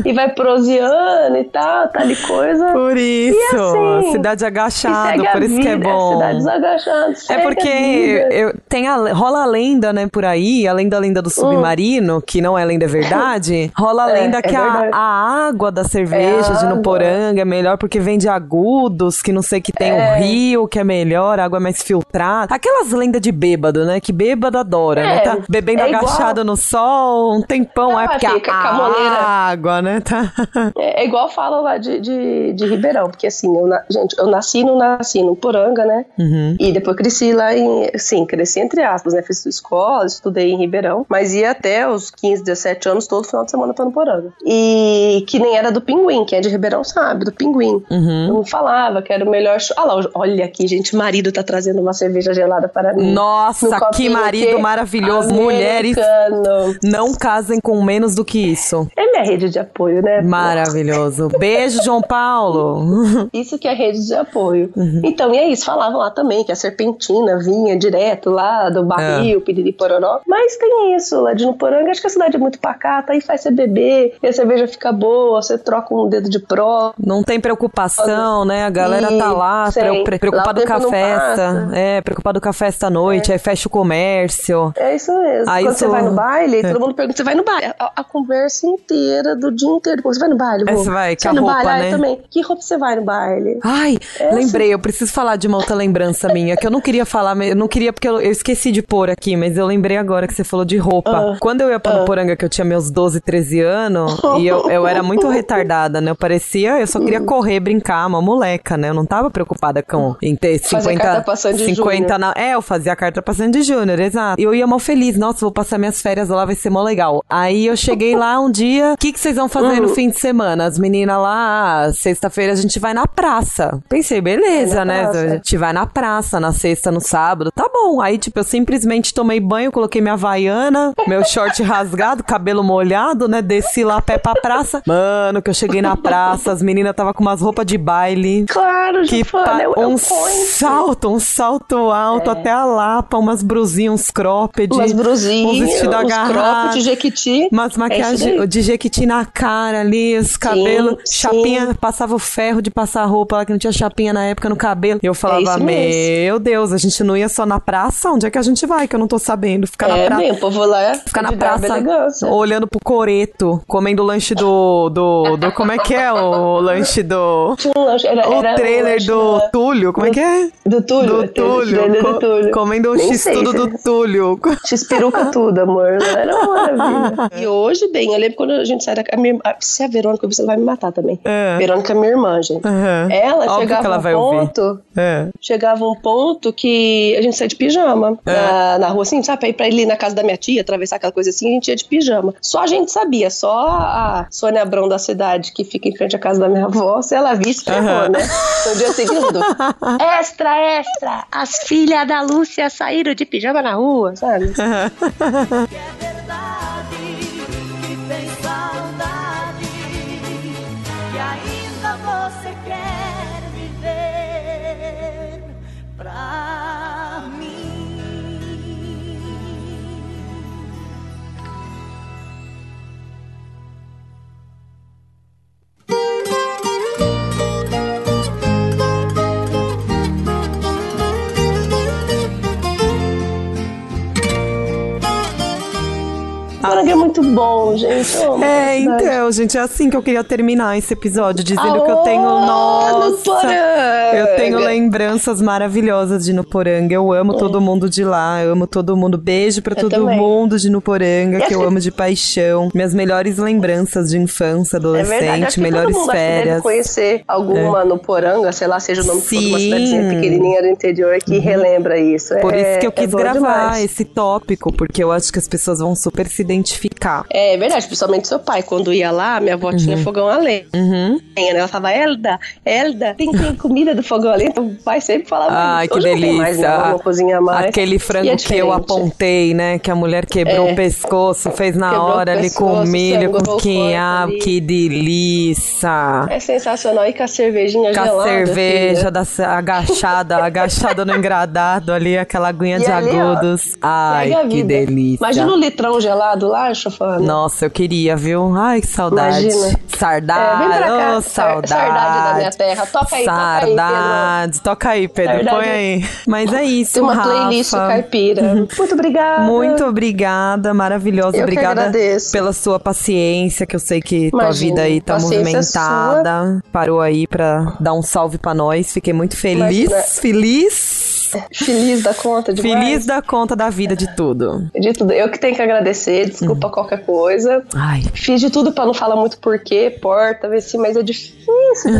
[SPEAKER 1] e vai proseando e tal, tal e coisa.
[SPEAKER 2] Por isso,
[SPEAKER 1] assim,
[SPEAKER 2] cidade
[SPEAKER 1] E
[SPEAKER 2] agachada,
[SPEAKER 1] segue a
[SPEAKER 2] por isso que é
[SPEAKER 1] vida,
[SPEAKER 2] bom.
[SPEAKER 1] Cidades agachadas,
[SPEAKER 2] É
[SPEAKER 1] segue a
[SPEAKER 2] porque
[SPEAKER 1] vida. Hum.
[SPEAKER 2] eu, tem a, rola a lenda, né, por aí, além da lenda do submarino, que não é lenda
[SPEAKER 1] <laughs>
[SPEAKER 2] é verdade, rola a
[SPEAKER 1] É,
[SPEAKER 2] lenda
[SPEAKER 1] é
[SPEAKER 2] que a,
[SPEAKER 1] verdade.
[SPEAKER 2] a água da cerveja
[SPEAKER 1] É a
[SPEAKER 2] de
[SPEAKER 1] água.
[SPEAKER 2] Nuporanga é melhor porque vem de agudos, que não sei que tem um
[SPEAKER 1] É.
[SPEAKER 2] rio que é melhor, a água é mais filtrada. Aquelas lendas de bêbado, né, que bêbado adora,
[SPEAKER 1] É,
[SPEAKER 2] né, tá bebendo
[SPEAKER 1] é igual.
[SPEAKER 2] agachado no sol um tempão,
[SPEAKER 1] Não,
[SPEAKER 2] é porque
[SPEAKER 1] fica
[SPEAKER 2] a
[SPEAKER 1] camoleira.
[SPEAKER 2] água, né, tá...
[SPEAKER 1] É, é igual fala lá de, de, de Ribeirão, porque assim, eu na- gente, eu nasci não nasci no Poranga, né?
[SPEAKER 2] Uhum.
[SPEAKER 1] E depois cresci lá em. Sim, cresci entre aspas, né? Fiz escola, estudei em Ribeirão, mas ia até os 15, 17 anos, todo final de semana pra no Poranga. E que nem era do Pinguim, quem é de Ribeirão sabe, do Pinguim.
[SPEAKER 2] Uhum.
[SPEAKER 1] Eu não falava que era o melhor. cho- Ah lá, olha aqui, gente, marido tá trazendo uma cerveja gelada para mim.
[SPEAKER 2] Nossa,
[SPEAKER 1] No
[SPEAKER 2] que
[SPEAKER 1] copinho
[SPEAKER 2] marido maravilhoso. Mulheres-
[SPEAKER 1] Americano.
[SPEAKER 2] Não casem com menos do que isso.
[SPEAKER 1] É minha rede de apoio, né?
[SPEAKER 2] Maravilhoso. Beijo, João Paulo.
[SPEAKER 1] Isso que é rede de apoio.
[SPEAKER 2] Uhum.
[SPEAKER 1] Então, e é isso. Falavam lá também que a serpentina vinha direto lá do
[SPEAKER 2] É.
[SPEAKER 1] barril, piriri pororó. Mas tem isso lá de Nuporanga. Acho que a cidade é muito pacata. Aí faz você beber, e a cerveja fica boa, você troca um dedo de pró.
[SPEAKER 2] Não tem preocupação, né? A galera tá lá,
[SPEAKER 1] Sei.
[SPEAKER 2] pre- pre- preocupada
[SPEAKER 1] Lá o
[SPEAKER 2] com a
[SPEAKER 1] tempo não
[SPEAKER 2] festa.
[SPEAKER 1] passa.
[SPEAKER 2] É, preocupada com a festa à noite, aí fecha o comércio.
[SPEAKER 1] É isso mesmo.
[SPEAKER 2] Ah,
[SPEAKER 1] Quando
[SPEAKER 2] isso-
[SPEAKER 1] você vai no baile,
[SPEAKER 2] é.
[SPEAKER 1] todo mundo pergunta: você vai no baile? A, a conversa inteira do dia inteiro. Pô, Você vai no baile?
[SPEAKER 2] Aí
[SPEAKER 1] Vô?
[SPEAKER 2] É, você vai, que a
[SPEAKER 1] no
[SPEAKER 2] roupa,
[SPEAKER 1] baile? Ah, eu
[SPEAKER 2] né?
[SPEAKER 1] também. Que roupa você vai no baile?
[SPEAKER 2] Ai,
[SPEAKER 1] É,
[SPEAKER 2] lembrei, eu preciso falar de uma outra lembrança minha, que eu não queria falar, mas eu não queria porque eu, eu esqueci de pôr aqui, mas eu lembrei agora que você falou de roupa.
[SPEAKER 1] Ah,
[SPEAKER 2] Quando eu ia pra Nuporanga, que eu tinha meus 12, 13 anos, e eu, eu era muito retardada, né? Eu parecia, eu só queria
[SPEAKER 1] Hum.
[SPEAKER 2] correr, brincar, uma moleca, né? Eu não tava preocupada com em ter
[SPEAKER 1] Fazer
[SPEAKER 2] 50,
[SPEAKER 1] cartapação de
[SPEAKER 2] 50 na, É, eu fazia a carta passando de júnior, exato. E eu ia mó feliz, nossa, vou passar minhas férias lá, vai ser mó legal. Aí eu cheguei lá um dia, o que, que vocês vão fazer
[SPEAKER 1] Uhum.
[SPEAKER 2] no fim de semana? As meninas lá, "Ah, sexta-feira a gente vai na praça. Pensei, beleza,
[SPEAKER 1] Vai na
[SPEAKER 2] né?
[SPEAKER 1] praça.
[SPEAKER 2] A gente vai na praça, na sexta, no sábado, tá bom. Aí, tipo, eu simplesmente tomei banho, coloquei minha havaiana, meu short <laughs> rasgado, cabelo molhado, né? Desci lá a pé pra praça. Mano, que eu cheguei na praça, as meninas tava com umas roupas de baile.
[SPEAKER 1] Claro,
[SPEAKER 2] Que
[SPEAKER 1] Jufana,
[SPEAKER 2] pa-
[SPEAKER 1] eu, eu
[SPEAKER 2] um
[SPEAKER 1] ponho.
[SPEAKER 2] salto, um salto alto até a lapa, umas brusinhas, uns
[SPEAKER 1] É.
[SPEAKER 2] cropped,
[SPEAKER 1] Umas brusinhas,
[SPEAKER 2] um vestido
[SPEAKER 1] uns
[SPEAKER 2] agarrado,
[SPEAKER 1] cropped, jequiti.
[SPEAKER 2] umas
[SPEAKER 1] É isso
[SPEAKER 2] maquiagem
[SPEAKER 1] daí.
[SPEAKER 2] de jequiti na cara ali, os cabelos,
[SPEAKER 1] sim.
[SPEAKER 2] chapinha, passava o ferro de passar roupa lá que não tinha chapinha na época no cabelo. E eu falava,
[SPEAKER 1] É isso mesmo.
[SPEAKER 2] meu Deus, a gente não ia só na praça, onde é que a gente vai que eu não tô sabendo ficar na
[SPEAKER 1] É,
[SPEAKER 2] praça.
[SPEAKER 1] bem, o povo lá é
[SPEAKER 2] Ficar na
[SPEAKER 1] de brava
[SPEAKER 2] praça
[SPEAKER 1] elegância.
[SPEAKER 2] olhando pro coreto, comendo o lanche do, do, do. Como é que é o lanche do.
[SPEAKER 1] Tinha um lanche, era,
[SPEAKER 2] O
[SPEAKER 1] era um
[SPEAKER 2] trailer
[SPEAKER 1] lanche
[SPEAKER 2] do
[SPEAKER 1] da-
[SPEAKER 2] Túlio, como é que é?
[SPEAKER 1] Do Túlio?
[SPEAKER 2] Do
[SPEAKER 1] Tem o
[SPEAKER 2] Túlio.
[SPEAKER 1] trailer do
[SPEAKER 2] co-
[SPEAKER 1] Túlio.
[SPEAKER 2] Comendo o
[SPEAKER 1] Nem
[SPEAKER 2] X tudo
[SPEAKER 1] sei,
[SPEAKER 2] do Túlio. <laughs>
[SPEAKER 1] X-peruca tudo, amor. Era uma maravilha. E hoje, bem, eu lembro quando a gente saía da a minha, irmã- ah, Se a Verônica, você vai me matar também.
[SPEAKER 2] É.
[SPEAKER 1] Verônica é minha irmã, gente.
[SPEAKER 2] Aham.
[SPEAKER 1] Ela
[SPEAKER 2] Óbvio
[SPEAKER 1] chegava
[SPEAKER 2] que ela vai
[SPEAKER 1] um
[SPEAKER 2] ouvir.
[SPEAKER 1] ponto.
[SPEAKER 2] É.
[SPEAKER 1] Chegava um ponto que a gente saía de pijama
[SPEAKER 2] É.
[SPEAKER 1] na, na rua, assim, sabe? Pra ir, pra ir na casa da minha tia, atravessar aquela coisa assim, a gente ia de pijama. Só a gente sabia, só a Sônia Abrão da cidade, que fica em frente à casa da minha avó, se ela visse, ferrou, né? No dia seguinte, <laughs> extra, extra, as filhas da Lúcia saíram de pijama na rua, sabe? Morango é muito bom, gente. Eu amo
[SPEAKER 2] É,
[SPEAKER 1] essa cidade.
[SPEAKER 2] então, gente, é assim que eu queria terminar esse episódio, dizendo que eu
[SPEAKER 1] Alô,
[SPEAKER 2] tenho. Nossa!
[SPEAKER 1] Nuporanga!
[SPEAKER 2] Eu tenho lembranças maravilhosas de Nuporanga. Eu amo todo mundo de lá, eu amo todo mundo. Beijo pra
[SPEAKER 1] Eu
[SPEAKER 2] todo
[SPEAKER 1] também.
[SPEAKER 2] mundo de Nuporanga,
[SPEAKER 1] Eu
[SPEAKER 2] que eu
[SPEAKER 1] acho-
[SPEAKER 2] amo de paixão. Minhas melhores lembranças de infância,
[SPEAKER 1] É verdade, acho
[SPEAKER 2] adolescente,
[SPEAKER 1] que
[SPEAKER 2] melhores
[SPEAKER 1] todo mundo aqui deve
[SPEAKER 2] férias. É.
[SPEAKER 1] conhecer alguma no Poranga, sei lá, seja o nome de uma
[SPEAKER 2] Sim. Uhum.
[SPEAKER 1] cidadezinha pequenininha do interior que relembra isso.
[SPEAKER 2] Por
[SPEAKER 1] É-
[SPEAKER 2] isso que eu
[SPEAKER 1] é
[SPEAKER 2] quis
[SPEAKER 1] bom
[SPEAKER 2] gravar
[SPEAKER 1] demais.
[SPEAKER 2] esse tópico, porque eu acho que as pessoas vão super se identificar.
[SPEAKER 1] É verdade, principalmente seu pai. Quando ia lá, minha avó tinha fogão a lenha.
[SPEAKER 2] Uhum.
[SPEAKER 1] né? Ela falava, Elda, Elda, tem, tem comida do fogão a lenha? Então, o pai sempre falava
[SPEAKER 2] Ai,
[SPEAKER 1] isso.
[SPEAKER 2] que
[SPEAKER 1] Hoje não tem
[SPEAKER 2] delícia.
[SPEAKER 1] mais, minha avó não cozinha mais. E
[SPEAKER 2] Aquele
[SPEAKER 1] é
[SPEAKER 2] frango que eu
[SPEAKER 1] diferente.
[SPEAKER 2] apontei, né? Que a mulher quebrou
[SPEAKER 1] É.
[SPEAKER 2] o pescoço, fez na
[SPEAKER 1] Quebrou o
[SPEAKER 2] hora ali com
[SPEAKER 1] pescoço,
[SPEAKER 2] milho, com
[SPEAKER 1] sangrou o
[SPEAKER 2] quiabo.
[SPEAKER 1] corpo ali.
[SPEAKER 2] Que delícia!
[SPEAKER 1] É sensacional. E com a cervejinha
[SPEAKER 2] Com
[SPEAKER 1] É gelada.
[SPEAKER 2] a cerveja
[SPEAKER 1] filha.
[SPEAKER 2] da ce- agachada, agachada no engradado ali, aquela aguinha
[SPEAKER 1] <laughs> E
[SPEAKER 2] de
[SPEAKER 1] ali, ó,
[SPEAKER 2] agudos. Ai,
[SPEAKER 1] Pega a
[SPEAKER 2] que
[SPEAKER 1] vida.
[SPEAKER 2] delícia.
[SPEAKER 1] Imagina um litrão gelado lá, chofando.
[SPEAKER 2] Nossa, eu queria, viu? Ai, que saudade.
[SPEAKER 1] Imagina.
[SPEAKER 2] Sardar,
[SPEAKER 1] É, vem pra cá. Sar-
[SPEAKER 2] ô, saudade.
[SPEAKER 1] saudade da minha terra. Toca aí, toca aí, Pedro.
[SPEAKER 2] Saudade. Toca aí, Pedro.
[SPEAKER 1] Saudade.
[SPEAKER 2] Põe aí. Mas é isso,
[SPEAKER 1] Tem uma
[SPEAKER 2] Rafa. Uhum.
[SPEAKER 1] playlist caipira. Muito obrigada.
[SPEAKER 2] Muito obrigada, maravilhosa.
[SPEAKER 1] Eu que
[SPEAKER 2] obrigada
[SPEAKER 1] agradeço.
[SPEAKER 2] pela sua paciência, que eu sei que tua
[SPEAKER 1] Imagina,
[SPEAKER 2] vida aí tá
[SPEAKER 1] paciência
[SPEAKER 2] movimentada. Parou aí pra dar um salve pra nós. Fiquei muito feliz,
[SPEAKER 1] Imagina.
[SPEAKER 2] feliz,
[SPEAKER 1] Feliz da conta demais.
[SPEAKER 2] feliz da conta da vida de tudo.
[SPEAKER 1] De tudo. Eu que tenho que agradecer, desculpa qualquer coisa.
[SPEAKER 2] Hum. Ai.
[SPEAKER 1] Fiz de tudo pra não falar muito porquê, porta, assim, mas é difícil.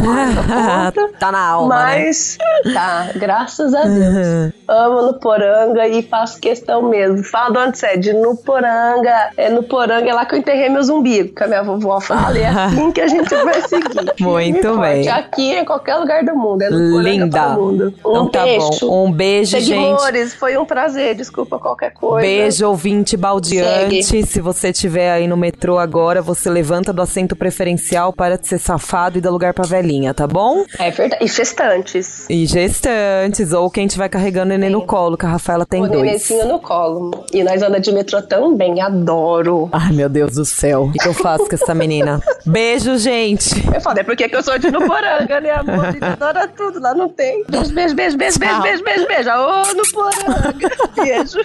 [SPEAKER 1] falar essa
[SPEAKER 2] <laughs>
[SPEAKER 1] conta.
[SPEAKER 2] tá na alma, né?
[SPEAKER 1] mas tá, graças a Deus. Amo no Poranga e faço questão mesmo. Fala de onde você é, de no Poranga. É no Poranga, é lá que eu enterrei meus umbigos, que a minha vovó fala. E
[SPEAKER 2] <laughs>
[SPEAKER 1] é assim que a gente vai seguir.
[SPEAKER 2] Muito
[SPEAKER 1] Firme e forte.
[SPEAKER 2] bem.
[SPEAKER 1] Aqui é em qualquer lugar do mundo. É no Poranga
[SPEAKER 2] Linda.
[SPEAKER 1] Todo mundo. Um
[SPEAKER 2] então tá
[SPEAKER 1] beijo.
[SPEAKER 2] bom. Um beijo, gente.
[SPEAKER 1] Seguidores, foi um prazer. Desculpa qualquer coisa.
[SPEAKER 2] Beijo, ouvinte baldeante. Se você estiver aí no metrô agora, você levanta do assento preferencial para de ser safado e dá lugar pra velhinha, tá bom?
[SPEAKER 1] É verdade. E festantes.
[SPEAKER 2] E gestantes, ou quem tiver carregando neném no colo, que a Rafaela tem
[SPEAKER 1] o
[SPEAKER 2] dois.
[SPEAKER 1] nenenzinho no colo. E nós andamos de metrô também. Adoro.
[SPEAKER 2] Ai, meu Deus do céu. O que que eu faço com
[SPEAKER 1] <laughs>
[SPEAKER 2] essa menina? Beijo, gente.
[SPEAKER 1] Eu falei, por que que eu sou de Nuporanga, né, amor? A gente adora tudo, lá não tem. Beijo, beijo, beijo, beijo, beijo, beijo, beijo, beijo. Ô, Nuporanga. <laughs> Beijo.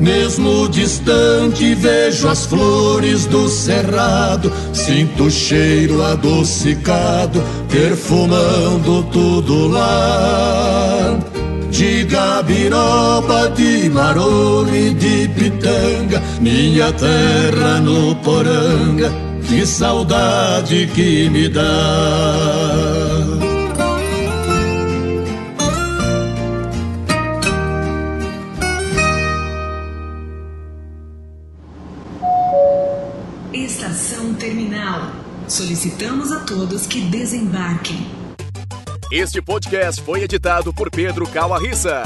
[SPEAKER 8] Mesmo distante, vejo as flores do cerrado, sinto o cheiro adocicado, perfumando tudo lá. De gabiroba, de marole, de pitanga, minha terra no poranga, que saudade que me dá.
[SPEAKER 3] Estação Terminal. Solicitamos a todos que desembarquem.
[SPEAKER 9] Este podcast foi editado por Pedro Calarissa.